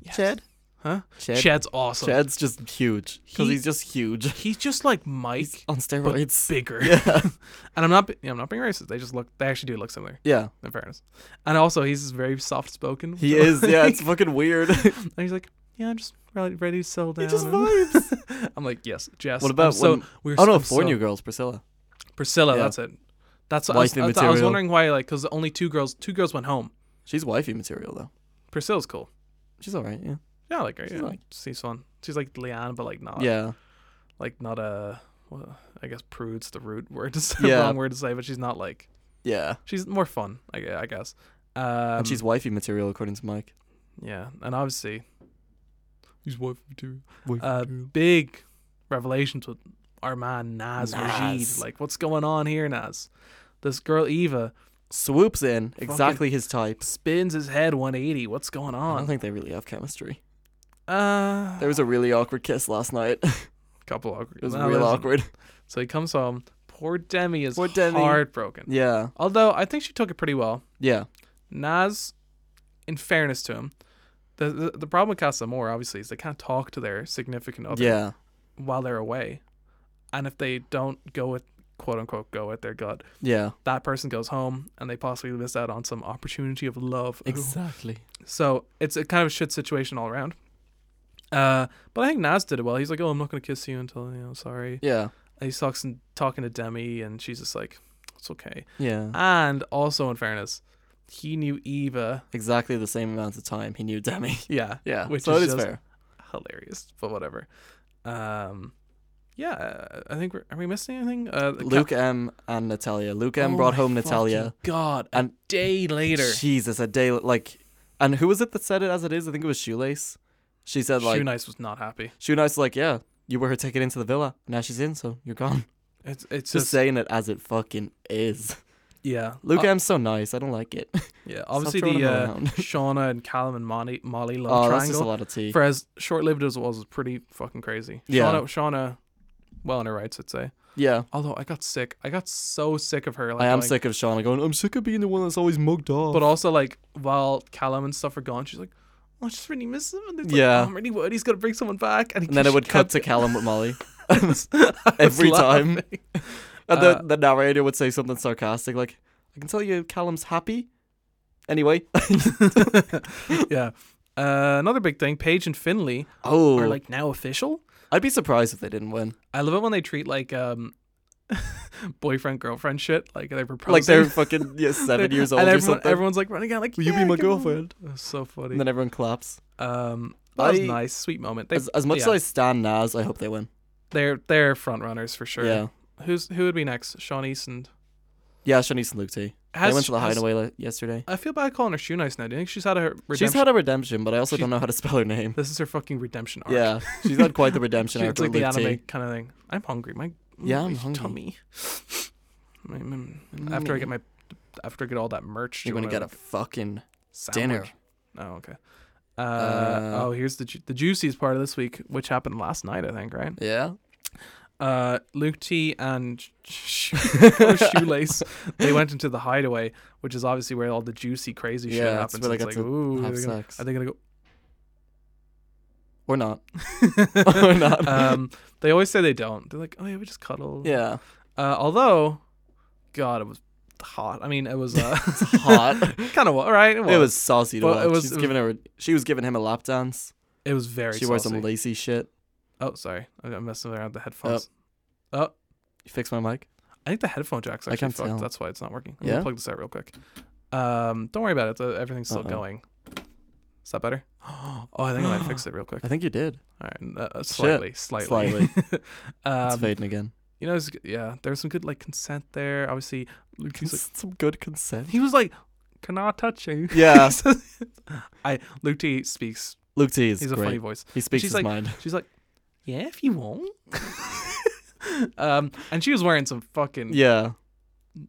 Yes. Chad? Huh? Chad? Chad's awesome. Chad's just huge. Because He- he's just huge. He's just like Mike, He's on steroids. bigger. Yeah. And I'm not. be- I'm not being racist. They just look. They actually do look similar. Yeah. In fairness, and also he's very soft spoken. He is. Yeah, it's fucking weird. he and he's like, yeah, I'm just ready, ready to settle down. just and- vibes. I'm like, yes, Jess. What I'm about so? when- we're Oh no, I'm four so- new girls, Priscilla. Priscilla. Yeah. That's it. That's I was, Wifey that's- I was material. wondering why like because only two girls. Two girls went home. She's wifey material though. Priscilla's cool. She's alright, yeah. Yeah, I like her. She's Yeah. like- she's fun. She's like Leanne, but like not. yeah. Like not a. Well, I guess prude's the root word to say, Yeah. wrong word to say, but she's not like. Yeah. She's more fun, I, gue- I guess. Um, and she's wifey material according to Mike. yeah, and obviously, he's wife material. Wifey Uh, big revelations with our man Naz, Majid. Naz. Like, what's going on here, Naz? This girl Eva Swoops in, exactly his type. spins his head 180. What's going I don't on? think they really have chemistry. Uh, There was a really awkward kiss last night. it couple awkward. was no, real there's- awkward. So he comes home. Poor Demi is Poor Demi. heartbroken. Yeah. Although I think she took it pretty well. Yeah. Nas, in fairness to him, the the, the problem with Casa Amor obviously is they can't talk to their significant other Yeah. while they're away, and if they don't go with quote unquote go with their gut, Yeah. that person goes home and they possibly miss out on some opportunity of love. Ooh. Exactly. So it's a kind of a shit situation all around. Uh, but I think Nas did it well. He's like, "Oh, I'm not gonna kiss you until you know, sorry." Yeah. And he's talking talking to Demi, and she's just like, "It's okay." Yeah. And also, in fairness, he knew Eva. Exactly the same amount of time he knew Demi. Yeah, Yeah. Which so is it is just- fair. hilarious, but whatever. Um, yeah, I I think we're are we missing anything? Uh, the Luke M and Natalia. Luke ca- M Oh brought my home Natalia. fucking God, a And- day later, Jesus, a day like, and who was it that said it as it is? I think it was Shoelace. She said like, Shoe Nice was not happy. Shoelace is like, yeah, you were her ticket into the villa. Now she's in, so you're gone. It's it's Just just, saying it as it fucking is. yeah. Luke Uh, M's so nice. I don't like it. Stop yeah, obviously throwing the him uh, around. Shauna and Callum and Molly Molly love oh, that's just a triangle. lot of tea. For as short lived as it was, it was pretty fucking crazy. Yeah. Shauna, Shauna, well in her rights, I'd say. yeah, Although I got sick, I got so sick of her. Like, I am going- sick of Shauna going. I'm sick of being the one that's always mugged off. But also, like, while Callum and stuff are gone, she's like, oh, I just really miss him. And it's Yeah. like, oh, I'm really worried he's going to bring someone back. And, he and then it she would cut kept- to Callum with Molly, I was- I every was time. laughing. and Uh, the, the narrator would say something sarcastic like, "I can tell you, Callum's happy." Anyway, yeah. Uh, another big thing Paige and Finley oh, are, like, now official. I'd be surprised if they didn't win. I love it when they treat, like, um, boyfriend girlfriend shit. Like, they're proposing. Like they're fucking yeah, seven years old and or everyone, something. Everyone's, like, running out, like, Will you be "Yeah, my come on." girlfriend? It was so funny. and then everyone claps. um, that was I- nice. Sweet moment. They, As, as much as yeah. I stand Nas, I hope they win. they're, they're front runners for sure. Yeah, Who's, who would be next? Sean Easton. yeah, Shanice and Luke T. Has- they went to the has- hideaway le- yesterday. I feel bad calling her Shoe Nice now. Do you think she's had her redemption? She's had a redemption, but I also She- don't know how to spell her name. this is her fucking redemption arc. Yeah, she's had quite the redemption She- it's after like the Luke anime T. kind of thing. I'm hungry. My Yeah, I'm my hungry. Tummy. My- my- after I get my, after I get all that merch, do You're you gonna wanna get a fucking sound dinner. like- Oh okay. Uh, Uh, oh, here's the ju- the juiciest part of this week, which happened last night, I think, right? Yeah, Uh, Luke T and sh- Sh- shoelace, they went into the hideaway, which is obviously where all the juicy, crazy shit Yeah, it's happens. where they It's get like, to ooh, are have they, gonna, sex are they gonna go? or not, or not. um, they always say they don't. They're like, oh yeah, we just cuddle. yeah, Uh, although, God, it was hot. I mean, it was uh, hot. kind of all right. It was. It was saucy to Well, watch. it was- She's it was- giving her, she was giving him a lap dance. It was very. she wore some saucy. lacy shit. Oh, sorry, I- I'm messing around with the headphones. Oh, You fix my mic. I think the headphone jack's I actually can't fucked. tell. That's why it's not working. I'm Yeah? gonna plug this out real quick. Um, don't worry about it. The, everything's still Uh-oh. going. Is that better? Oh, I think I might fix it real quick. I think you did. All right, uh, uh, slightly, slightly, Slightly. it's um, fading again. you know, it's g- yeah, there's some good like consent there. Obviously, Luke, he's like, Some good consent. he was like, "Can I touch you?" Yeah, I Luke T speaks. Luke T is He's a great. funny voice. He speaks She's his like- mind. She's like, "Yeah, if you want." um, and she was wearing some fucking Yeah, and,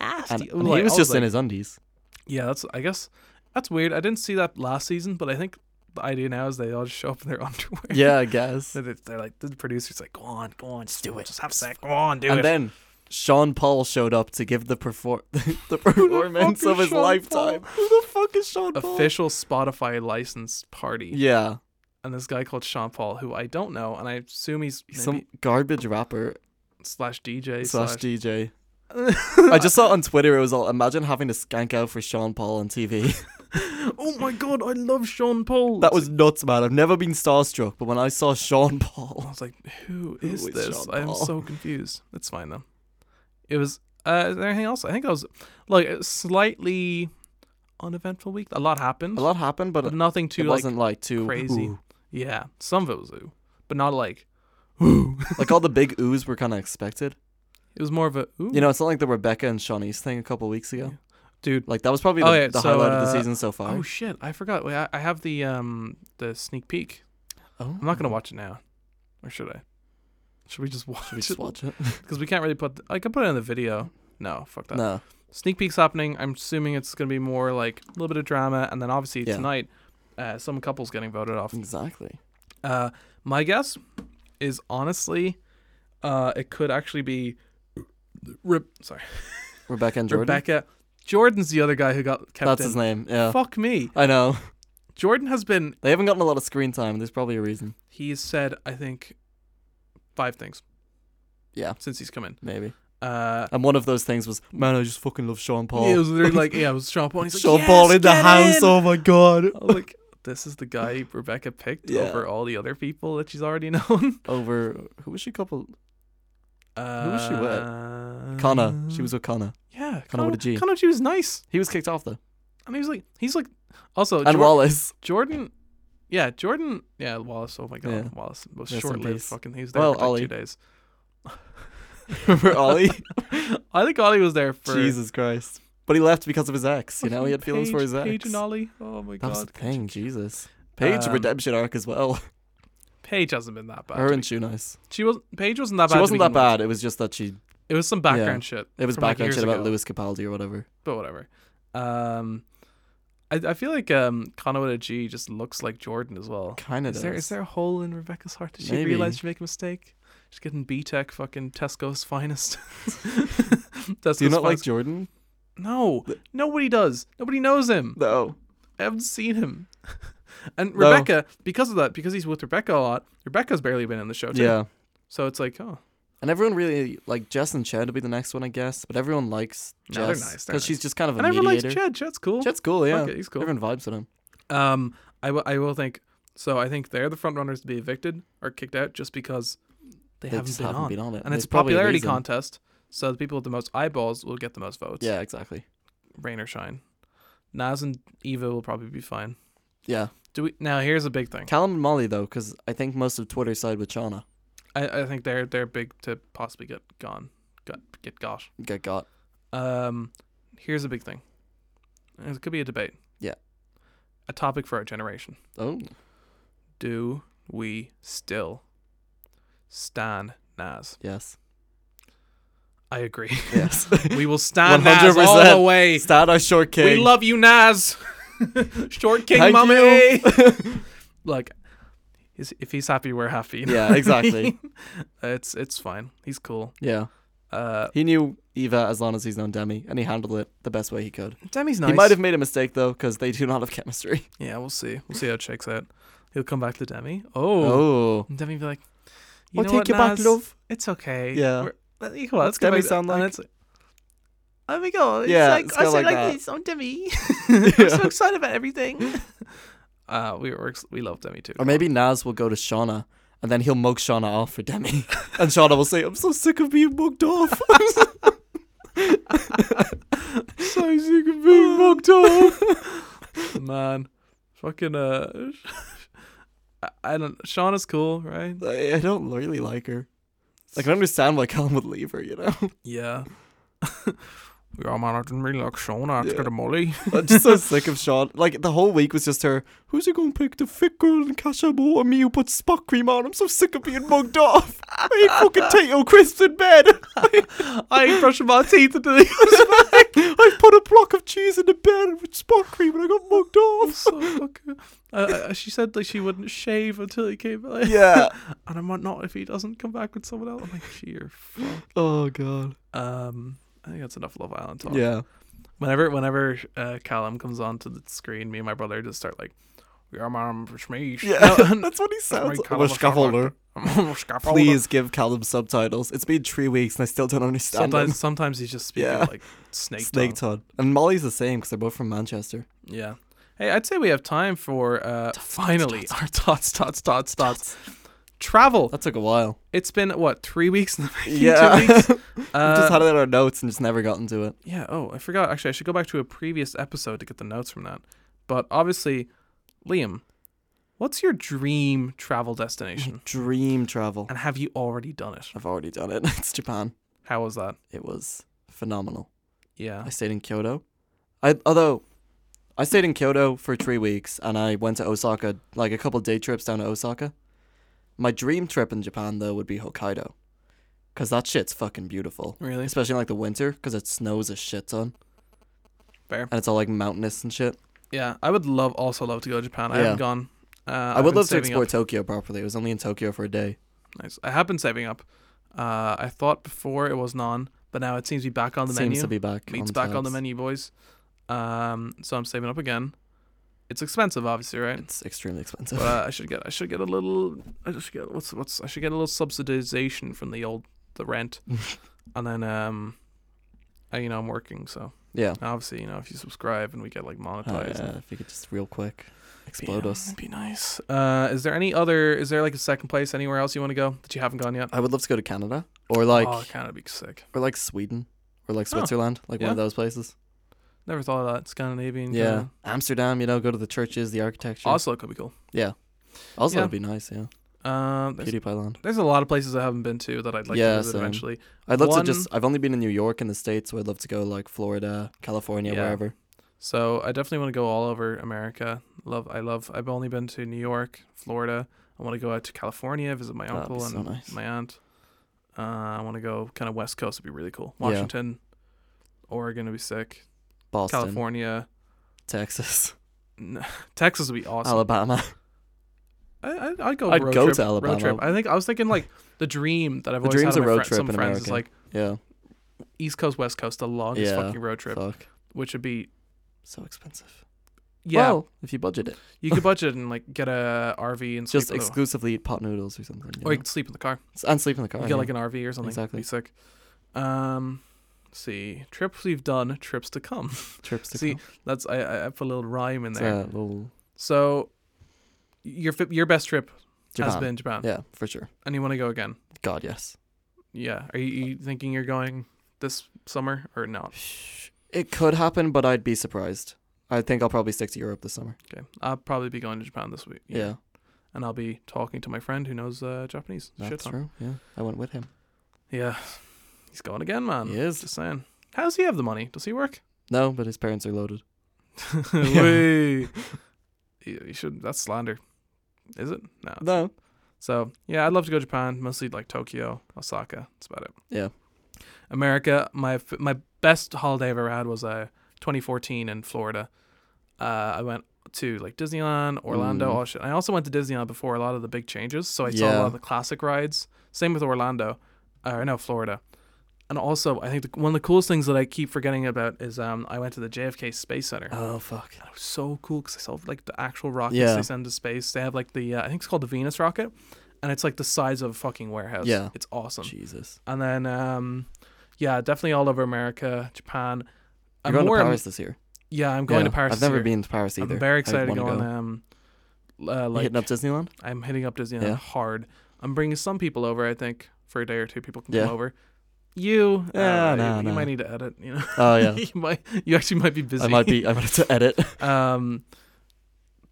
nasty. and like, he was I just like, in his undies. Yeah, that's. I guess that's weird. I didn't see that last season, but I think the idea now is they all just show up in their underwear. Yeah, I guess. So they- they're like the producer's like, "Go on, go on, just do it, just have sex, go on, do and it." then Sean Paul showed up to give the perfor- the performance fuck of is his Sean lifetime. Paul? Who the fuck is Sean Paul? official Spotify licensed party, Yeah, and this guy called Sean Paul, who I don't know, and I assume he's maybe some garbage rapper slash DJ slash slash. DJ. I just saw on Twitter it was all imagine having to skank out for Sean Paul on TV. oh my god, I love Sean Paul. that was nuts, man. I've never been starstruck, but when I saw Sean I Paul, was like, who is is this? Sean I'm Paul? so confused. It's fine though. It was. Uh, is there anything else? I think I was like a slightly uneventful week. A lot happened, a lot happened, but but nothing too it like. wasn't like too crazy. ooh. Yeah, some of it was ooh, but not like. Like all the big oohs were kind of expected. It was more of a ooh, You know, it's not like the Rebecca and Shawnee's thing a couple weeks ago. Yeah. dude. Like that was probably the, Oh, yeah, the so, highlight of the uh, season so far. Oh shit! I forgot. Wait, I, I have the um the sneak peek. oh, I'm not gonna watch it now, or should I? Should we just watch Should we just it? watch it? Because we can't really put. I can put it in the video. No, fuck that. no. Sneak peek's happening. I'm assuming it's gonna be more like a little bit of drama, and then obviously Yeah. Mm. tonight, uh, some couples getting voted off. Exactly. Uh, my guess is honestly, uh, it could actually be. Re- sorry, Rebecca and Jordan. Rebecca. Jordan's the other guy who got kept That's in. his name. Yeah. Fuck me. I know. Jordan has been. They haven't gotten a lot of screen time. There's probably a reason. He's said I think five things. Yeah. Since he's come in. Maybe. Uh, And one of those things was, man, I just fucking love Sean Paul. It was literally like, yeah, it was Sean Paul. and He's like, Sean Paul "Yes, in the get house. in!" Oh my god. I was like, this is the guy Rebecca picked Yeah. over all the other people that she's already known. Over who was she couple? Uh, was she with? Connor. She was with Connor. yeah, Connor with a G. Connor, she was nice, He was kicked off though. and he was like, he's like, also And Jor- Wallace. Jordan. Yeah, Jordan. Yeah, Wallace. Oh my God, Yeah. Wallace was Rest in short-lived. peace. Fucking, he was there Well, for like Ollie. two days. Remember Ollie? I think Ollie was there for Jesus Christ. But he left because of his ex, you know? He had fucking feelings for his ex. Paige, Paige and Ollie. Oh my that God, was the thing, Jesus. Paige Um, redemption arc as well. Paige hasn't been that bad. Her to and be- Shoe Nice. she was Paige wasn't that bad. She to wasn't that begin with. bad. It was just that she It was some background shit. it was from, like, background years shit about ago. Lewis Capaldi or whatever. but whatever. Um, I, I feel like um, Connor with a G just looks like Jordan as well. Kind of Is there is there a hole in Rebecca's heart? Did she Maybe. realize she made a mistake? She's getting B Tech, fucking Tesco's finest. Tesco's Do you not like finest. Jordan? No, nobody does. Nobody knows him. No. I haven't seen him. and No. Rebecca, because of that, because he's with Rebecca a lot, Rebecca's barely been in the show. Too. Yeah. So it's like, oh, And everyone really like Jess and Chad to be the next one, I guess. But everyone likes Jess No, they're nice, they're she's just kind of a and everyone likes mediator. Chad. Chad's cool. Chad's cool, yeah. Fuck it, he's cool. Everyone vibes with him. Um, I will. I will think. So I think they're the front runners to be evicted or kicked out just because they, They haven't, just been, haven't on. been on it. and it's There's a probably a popularity reason. contest. So the people with the most eyeballs will get the most votes. Yeah, exactly. rain or shine. Nas and Eva will probably be fine. Yeah. Do we now? Here's a big thing. Callum and Molly though, because I think most of Twitter side with Shauna I, I think they're they're big to possibly get gone, got get gosh. got got. Um, here's a big thing. It could be a debate. Yeah. A topic for our generation. Oh, Do we still stan Nas? yes, I agree. yes. We will stand Nas 100%. all the way. Stat our short king. We love you, Nas. Short King, Thank mommy. Like, he's, if he's happy, we're happy. you know Yeah, what I exactly. mean? it's it's fine. He's cool. yeah, Uh, he knew Eva as long as he's known Demi, and he handled it the best way he could. Demi's nice. He might have made a mistake though, because they do not have chemistry. Yeah, we'll see. We'll see how it shakes out. He'll come back to Demi. Oh, Oh, and Demi be like, you I'll know take what, you back, Nas? love. It's okay. Yeah. We're- let- you know what, What's let's go Demi back- sound and like? it's like, Oh my god! Yeah, Yeah, it's it's like, I kinda say like like that. this. I'm Demi. Yeah. I'm so excited about everything. uh, we were, we love Demi too. Or maybe Nas will go to Shauna and then he'll mug Shauna off for Demi, and Shauna will say, "I'm so sick of being mugged off." so sick of being mugged off. Uh, Man, fucking uh, I, I don't. Shauna's cool, right? I, I don't really like her. Like I can understand why Colin would leave her, you know. Yeah. yeah, man, I didn't really like Shauna after Yeah. the Molly. I'm just so sick of Sean. Like the whole week was just her. Who's you gonna pick the thick girl and cash out more on me? You put spot cream on. I'm so sick of being mugged off. I eat fucking Tato crisps in bed. I ain't brushing my teeth into the I put a block of cheese in the bed with spot cream and I got mugged off. so fucking. Uh, she said like she wouldn't shave until he came back. Yeah. and I'm not if he doesn't come back with someone else. I'm like, sheer fuck. Oh god. Um, I think that's enough Love Island talk. Yeah. Whenever, whenever uh, Callum comes onto the screen, me and my brother just start like, "Yeah, man, it's me." Yeah. No, That's what he sounds. Sorry, I'm Callum, a I sound like scaffolder. I'm a scaffolder. Please give Callum subtitles. It's been three weeks and I still don't understand. him. Sometimes, sometimes he's just speaking Yeah. like snake. Snake tongue. Todd and Molly's the same because they're both from Manchester. Yeah. Hey, I'd say we have time for uh, finally our tots, tots, tots, tots. Travel. That took a while. It's been what three weeks in the making. Yeah. Two weeks. We've Uh, just had it in our notes and just never gotten to it. Yeah. Oh, I forgot. Actually, I should go back to a previous episode to get the notes from that. But obviously, Liam, what's your dream travel destination? Dream travel. And have you already done it? I've already done it. It's Japan. How was that? It was phenomenal. Yeah. I stayed in Kyoto. I although I stayed in Kyoto for three weeks and I went to Osaka like a couple day trips down to Osaka. My dream trip in Japan though would be Hokkaido, cause that shit's fucking beautiful, Really? especially in, like the winter, cause it snows a shit ton. Fair. And it's all like mountainous and shit. Yeah. I would love also love to go to Japan. I Yeah. haven't gone. Uh, I would love to explore Tokyo properly. I was only in Tokyo for a day. Nice. I have been saving up. Uh, I thought before it was non, but now it seems to be back on the Seems menu. to be back. Meat's on back on the tabs. menu, boys. Um, so I'm saving up again. It's expensive, obviously, right? It's extremely expensive. But uh, I should get I should get a little I just get what's what's I should get a little subsidization from the old the rent, and then um, I, you know I'm working so yeah. obviously you know if you subscribe and we get like Oh, monetized, yeah, if you could just real quick explode yeah, us. it'd be nice. Uh, is there any other is there like a second place anywhere else you want to go that you haven't gone yet? I would love to go to Canada or like oh, kind of be sick. or like Sweden or like Switzerland, like one of yeah. those places. Never thought of that Scandinavian. Yeah, kinda- Amsterdam. You know, go to the churches, the architecture. Oslo could be cool. Also, yeah. would be nice. Yeah, Um, there's, PewDiePie Land. there's a lot of places I haven't been to that I'd like Yeah, to visit same. eventually. I'd love One- to just. I've only been in New York in the states, so I'd love to go like Florida, California, Yeah. wherever. So I definitely want to go all over America. Love, I love. I've only been to New York, Florida. I want to go out to California, visit my That'd be uncle and so nice. my aunt. Uh, I want to go kind of West Coast. Would be really cool. Washington, Oregon would be sick. Boston, California, Texas, n- Texas would be awesome. Alabama. I, I, I'd go. I'd road go trip, to Road trip. Alabama. I think I was thinking like the dream that I've The always dream's had a with my road fri- trip some in friends is like America. Yeah, East Coast, West Coast, the longest Yeah, fucking road trip, fuck. which would be So expensive. yeah. Well, if you budget it, you could budget and like get a RV and sleep just in the- exclusively eat pot noodles or something. you or you know? could sleep in the car. and sleep in the car. You yeah. get like an RV or something. Exactly. Be sick. Um, let's see trips we've done, trips to come. trips to see, come. That's I- I I put a little rhyme in It's uh, there. a little So your fi- your best trip has Japan. been Japan, Yeah, for sure. and you want to go again. God, yes. Yeah. Are you, you thinking you're going this summer or not? It could happen, but I'd be surprised. I think I'll probably stick to Europe this summer. Okay. I'll probably be going to Japan this week. Yeah, And I'll be talking to my friend who knows uh, Japanese. Shit that's ton. true. Yeah, I went with him. Yeah. He's going again, man. He is. Just saying. How does he have the money? Does he work? No, but his parents are loaded. Wee. you, you should. That's slander. Is it? No. it's No, So yeah, I'd love to go to Japan, mostly like Tokyo, Osaka. That's about it. Yeah. America. My f- my best holiday I've ever had was uh 2014 in Florida. Uh, I went to like Disneyland, Orlando. Mm. Oh shit! I also went to Disneyland before a lot of the big changes, so I saw a Yeah. lot of the classic rides. Same with Orlando, or no Florida. And also, I think the, one of the coolest things that I keep forgetting about is um, I went to the JFK Space Center. Oh fuck. It was so cool because I saw like the actual rockets Yeah. they send to space. They have like the uh, I think it's called the Venus rocket, and it's like the size of a fucking warehouse. Yeah. it's awesome. Jesus. And then um, yeah, definitely all over America, Japan. I'm I'm going more to am- Paris this year. Yeah, I'm going Yeah, to Paris. I've this never year. been to Paris either. I'm very I'd excited to wanna go on um, uh, You like hitting up Disneyland. I'm hitting up Disneyland Yeah. hard. I'm bringing some people over. I think for a day or two, people can Yeah. come over. You, I don't Yeah, know, no, you, you no. might need to edit. You know, Oh yeah, you might, you actually might be busy. I might be. I might have to edit. Um,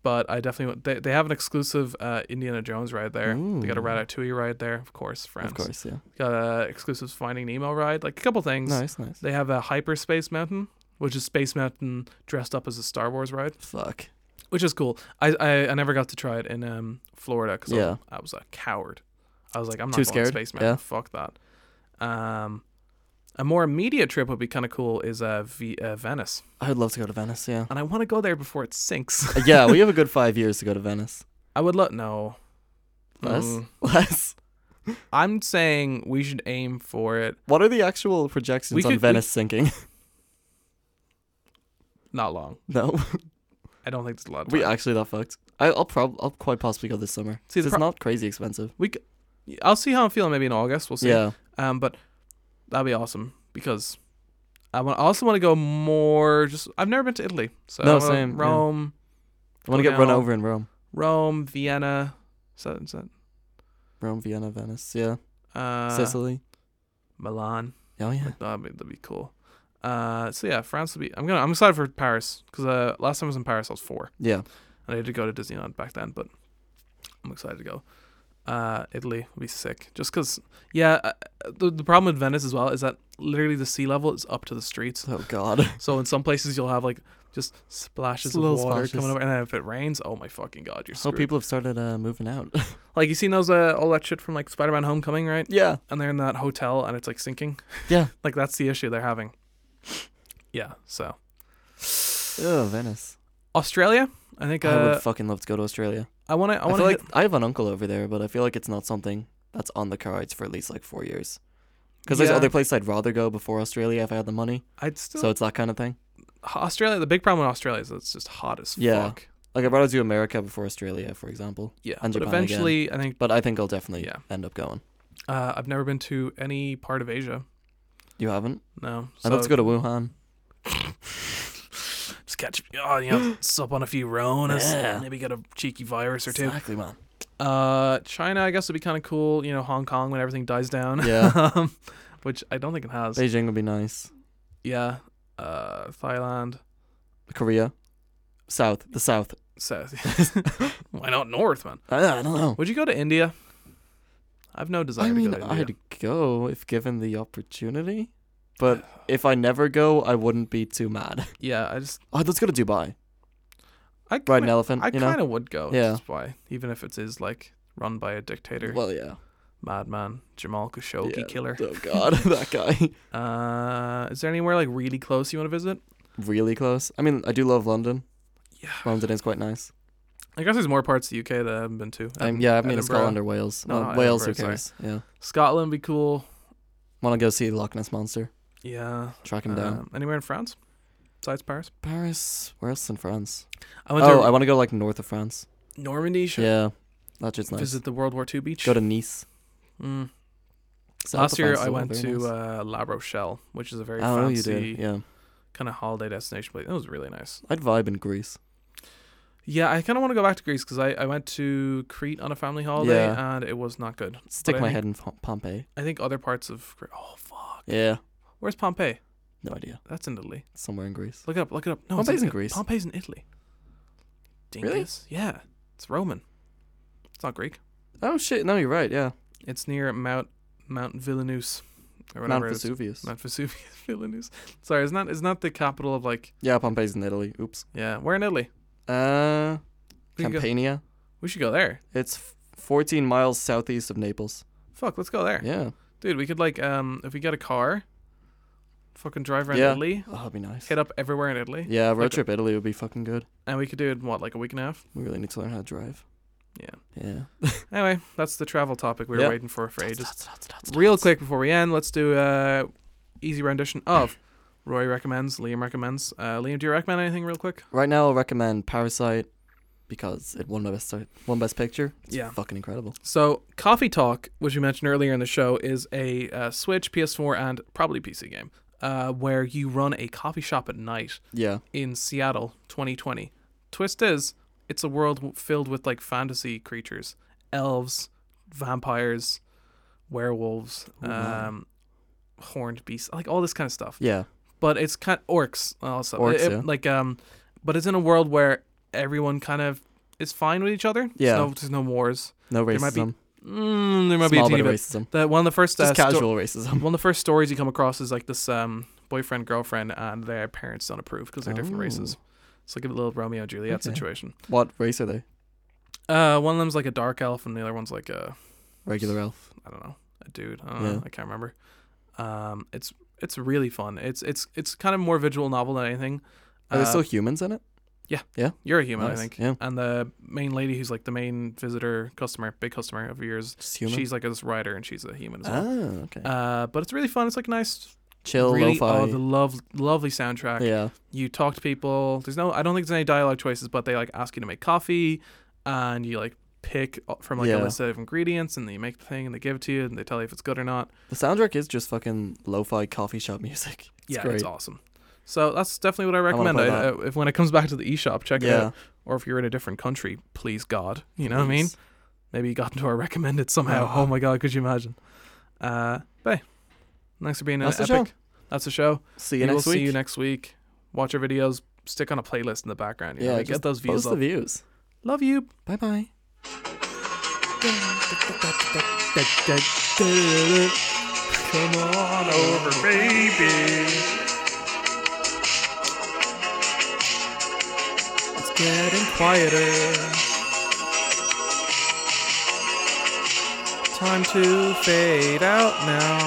but I definitely want. They, they have an exclusive uh, Indiana Jones ride there. They got a Ooh. Ratatouille ride there, of course. France. Of course, yeah. Got a exclusive Finding Nemo ride. Like a couple things. Nice, nice. They have a Hyperspace Mountain, which is Space Mountain dressed up as a Star Wars ride, Fuck. which is cool. I I, I never got to try it in um Florida because Yeah. I, was a coward. I was like, I'm not Too going scared? Space Mountain. Yeah. Fuck that. Um, a more immediate trip would be kind of cool is uh, v- uh Venice, I would love to go to Venice. Yeah. and I want to go there before it sinks. Uh, yeah, we have a good five years to go to Venice. I would love no. Less, Mm. less. I'm saying we should aim for it What are the actual projections We on could- we- Venice sinking? not long. no, I don't think it's a lot. Of we uh, time. actually that fucked. I, I'll probably, I'll quite possibly go this summer. See, the it's pro- not crazy expensive. I'll see how I'm feeling maybe in August. We'll see. Yeah, Um, but that'd be awesome because I want. I also want to go more. Just I've never been to Italy, so No, I wanna- same, yeah. Rome, I want to go get run down. over in Rome, Rome, Vienna. Is that, is that Rome, Vienna, Venice. Yeah, uh, Sicily. Milan? Oh yeah. Like, that'd, be, that'd be cool. Uh, so yeah, France would be. I'm gonna. I'm excited for Paris because uh, last time I was in Paris, I was four. Yeah. And I did go to Disneyland back then, but I'm excited to go. Uh, Italy would be sick. Just because, yeah, uh, the, the problem with Venice as well is that literally the sea level is up to the streets. Oh god. So in some places you'll have like just splashes of Little water splashes. coming over, and then if it rains, oh my fucking god, you're So screwed. people have started uh, moving out. like you seen those uh, all that shit from like Spider-Man: Homecoming, right? yeah. And they're in that hotel and it's like sinking. Yeah. like that's the issue they're having. Yeah. So Oh Venice. Australia, I think I uh, would fucking love to go to Australia. I want to. I I, want feel to. like I have an uncle over there, but I feel like it's not something that's on the cards for at least like four years. Because there's Yeah. other places I'd rather go before Australia if I had the money. I'd still So it's that kind of thing. Australia. The big problem with Australia is it's just hot as Yeah. fuck. Like I'd rather do America before Australia, for example. Yeah, And but Japan again. eventually, I think But I think I'll definitely Yeah. end up going. uh, I've never been to any part of Asia. You haven't? No, I'd love to go to Wuhan. just catch, oh, you know, sup on a few Ronas, Yeah. maybe get a cheeky virus or two. Exactly, man. Uh, China, I guess, would be kind of cool. You know, Hong Kong when everything dies down. Yeah. um, which I don't think it has. Beijing would be nice. Yeah, uh, Thailand, Korea. South. The South. South. Why not North, man? I, I don't know. Would you go to India? I've no desire I mean, to go to India. I'd go if given the opportunity. But if I never go, I wouldn't be too mad. yeah, I just Oh, let's go to Dubai. I Ride an kinda- elephant, I you know? kind of would go. Yeah. That's why. Even if it is like run by a dictator, Well, yeah. madman, Jamal Khashoggi Yeah. killer. Oh god, that guy. Uh, is there anywhere like really close you want to visit? Really close. I mean, I do love London. Yeah. London is quite nice. I guess there's more parts of the UK that I haven't been to. Um, Edin- yeah, I mean, Edinburgh. Scotland or Wales. No, No, not Wales, who Edinburgh, cares? Yeah. Scotland would be cool. Want to go see Loch Ness Monster? Yeah. Track him down. Um, anywhere in France? Besides Paris? Paris. Where else in France? I went Oh, to I want to go like north of France. Normandy. Sure. Yeah, that shit's nice. Visit the World War II beach. Go to Nice. Mm. South Last of year France is I all went very to nice. uh, La Rochelle, which is a very oh, no, you fancy did. Yeah, kind of holiday destination place. It was really nice. I'd vibe in Greece. Yeah, I kind of want to go back to Greece because I, I went to Crete on a family holiday and it was not good. Stick I my think- head in Pom- Pompeii. I think other parts of Gre Oh fuck, Yeah, where's Pompeii? no idea. That's in Italy. Somewhere in Greece. Look it up, look it up. No, it's Pompeii's in Italy. Greece. Pompeii's in Italy. Really? Dingus. Yeah, it's Roman. It's not Greek. Oh shit! No, you're right. Yeah, It's near Mount Mount Vilnius or Mount whatever it is. Vesuvius. Mount Vesuvius, Vilnius. Sorry, isn't that isn't that the capital of like Yeah, Pompeii's in Italy. Oops. yeah? We're in Italy. Uh, We, can go, Campania. we should go there. It's f- 14 miles southeast of Naples. Fuck, let's go there, Yeah. dude. We could like um if we get a car, fucking drive around Yeah. Italy. Oh, that'd be nice. hit up everywhere in Italy, Yeah, road Like- trip Italy would be fucking good. and we could do it in what like a week and a half. We really need to learn how to drive. Yeah. Yeah. Anyway, that's the travel topic we were Yeah. waiting for for ages. Dots, dots, dots, Real dots. quick before we end, let's do a easy rendition of Roy recommends, Liam recommends. Uh, Liam, do you recommend anything real quick? Right now, I'll recommend Parasite because it won my best one best picture. It's Yeah. fucking incredible. So, Coffee Talk, which we mentioned earlier in the show, is a uh, Switch, PS4, and probably PC game uh, where you run a coffee shop at night Yeah. in Seattle 2020. Twist is, it's a world w- filled with like fantasy creatures, elves, vampires, werewolves, Ooh, Oh, wow. um, horned beasts, like all this kind of stuff. Yeah. But it's kind orcs also. Orcs, It- it- yeah. Like um, but it's in a world where everyone kind of is fine with each other. Yeah. There's no, there's no wars. No There might be- racism. Mm, there might Small be a bit teeny of bit. racism. The, one of the first uh, Just sto- casual racism. one of the first stories you come across is like this um boyfriend girlfriend and their parents don't approve because they're different races. It's like a little Romeo and Juliet Oh. Okay. situation. What race are they? Uh, one of them's like a dark elf and the other one's like a Regular elf. I don't know a dude. I don't know. Yeah. I can't remember. Um, it's it's really fun. It's it's it's kind of more visual novel than anything. Uh, Are there still humans in it? you're a human, Nice, I think. yeah. And the main lady who's like the main visitor customer, big customer of yours, Just human. she's like this writer and she's a human as well. ah, okay. Uh, but it's really fun. It's like a nice, Chill, really lo-fi. oh the love lovely soundtrack. yeah. you talk to people. There's no, I don't think there's any dialogue choices, but they like ask you to make coffee, and you like pick o- from like Yeah. a list of ingredients, and then you make the thing, and they give it to you, and they tell you if it's good or not. The soundtrack is just fucking lo-fi coffee shop music. It's yeah, great. it's awesome. So that's definitely what I wanna recommend. play I, that. uh, if when it comes back to the eShop, check it yeah. out. Or if you're in a different country, please God, you know what I mean. Please. Maybe you got into our recommended somehow. Yeah. Oh my God, could you imagine? Uh, but hey, thanks for being That's an the epic. That's the show. See we you will next week. see you next week. Watch our videos. Stick on a playlist in the background. You know, Yeah, like, get just those views Post up. the views. Love you. Bye bye. Come on over, baby. It's getting quieter. Time to fade out now.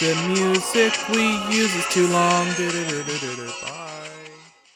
The music we use is too long. Bye.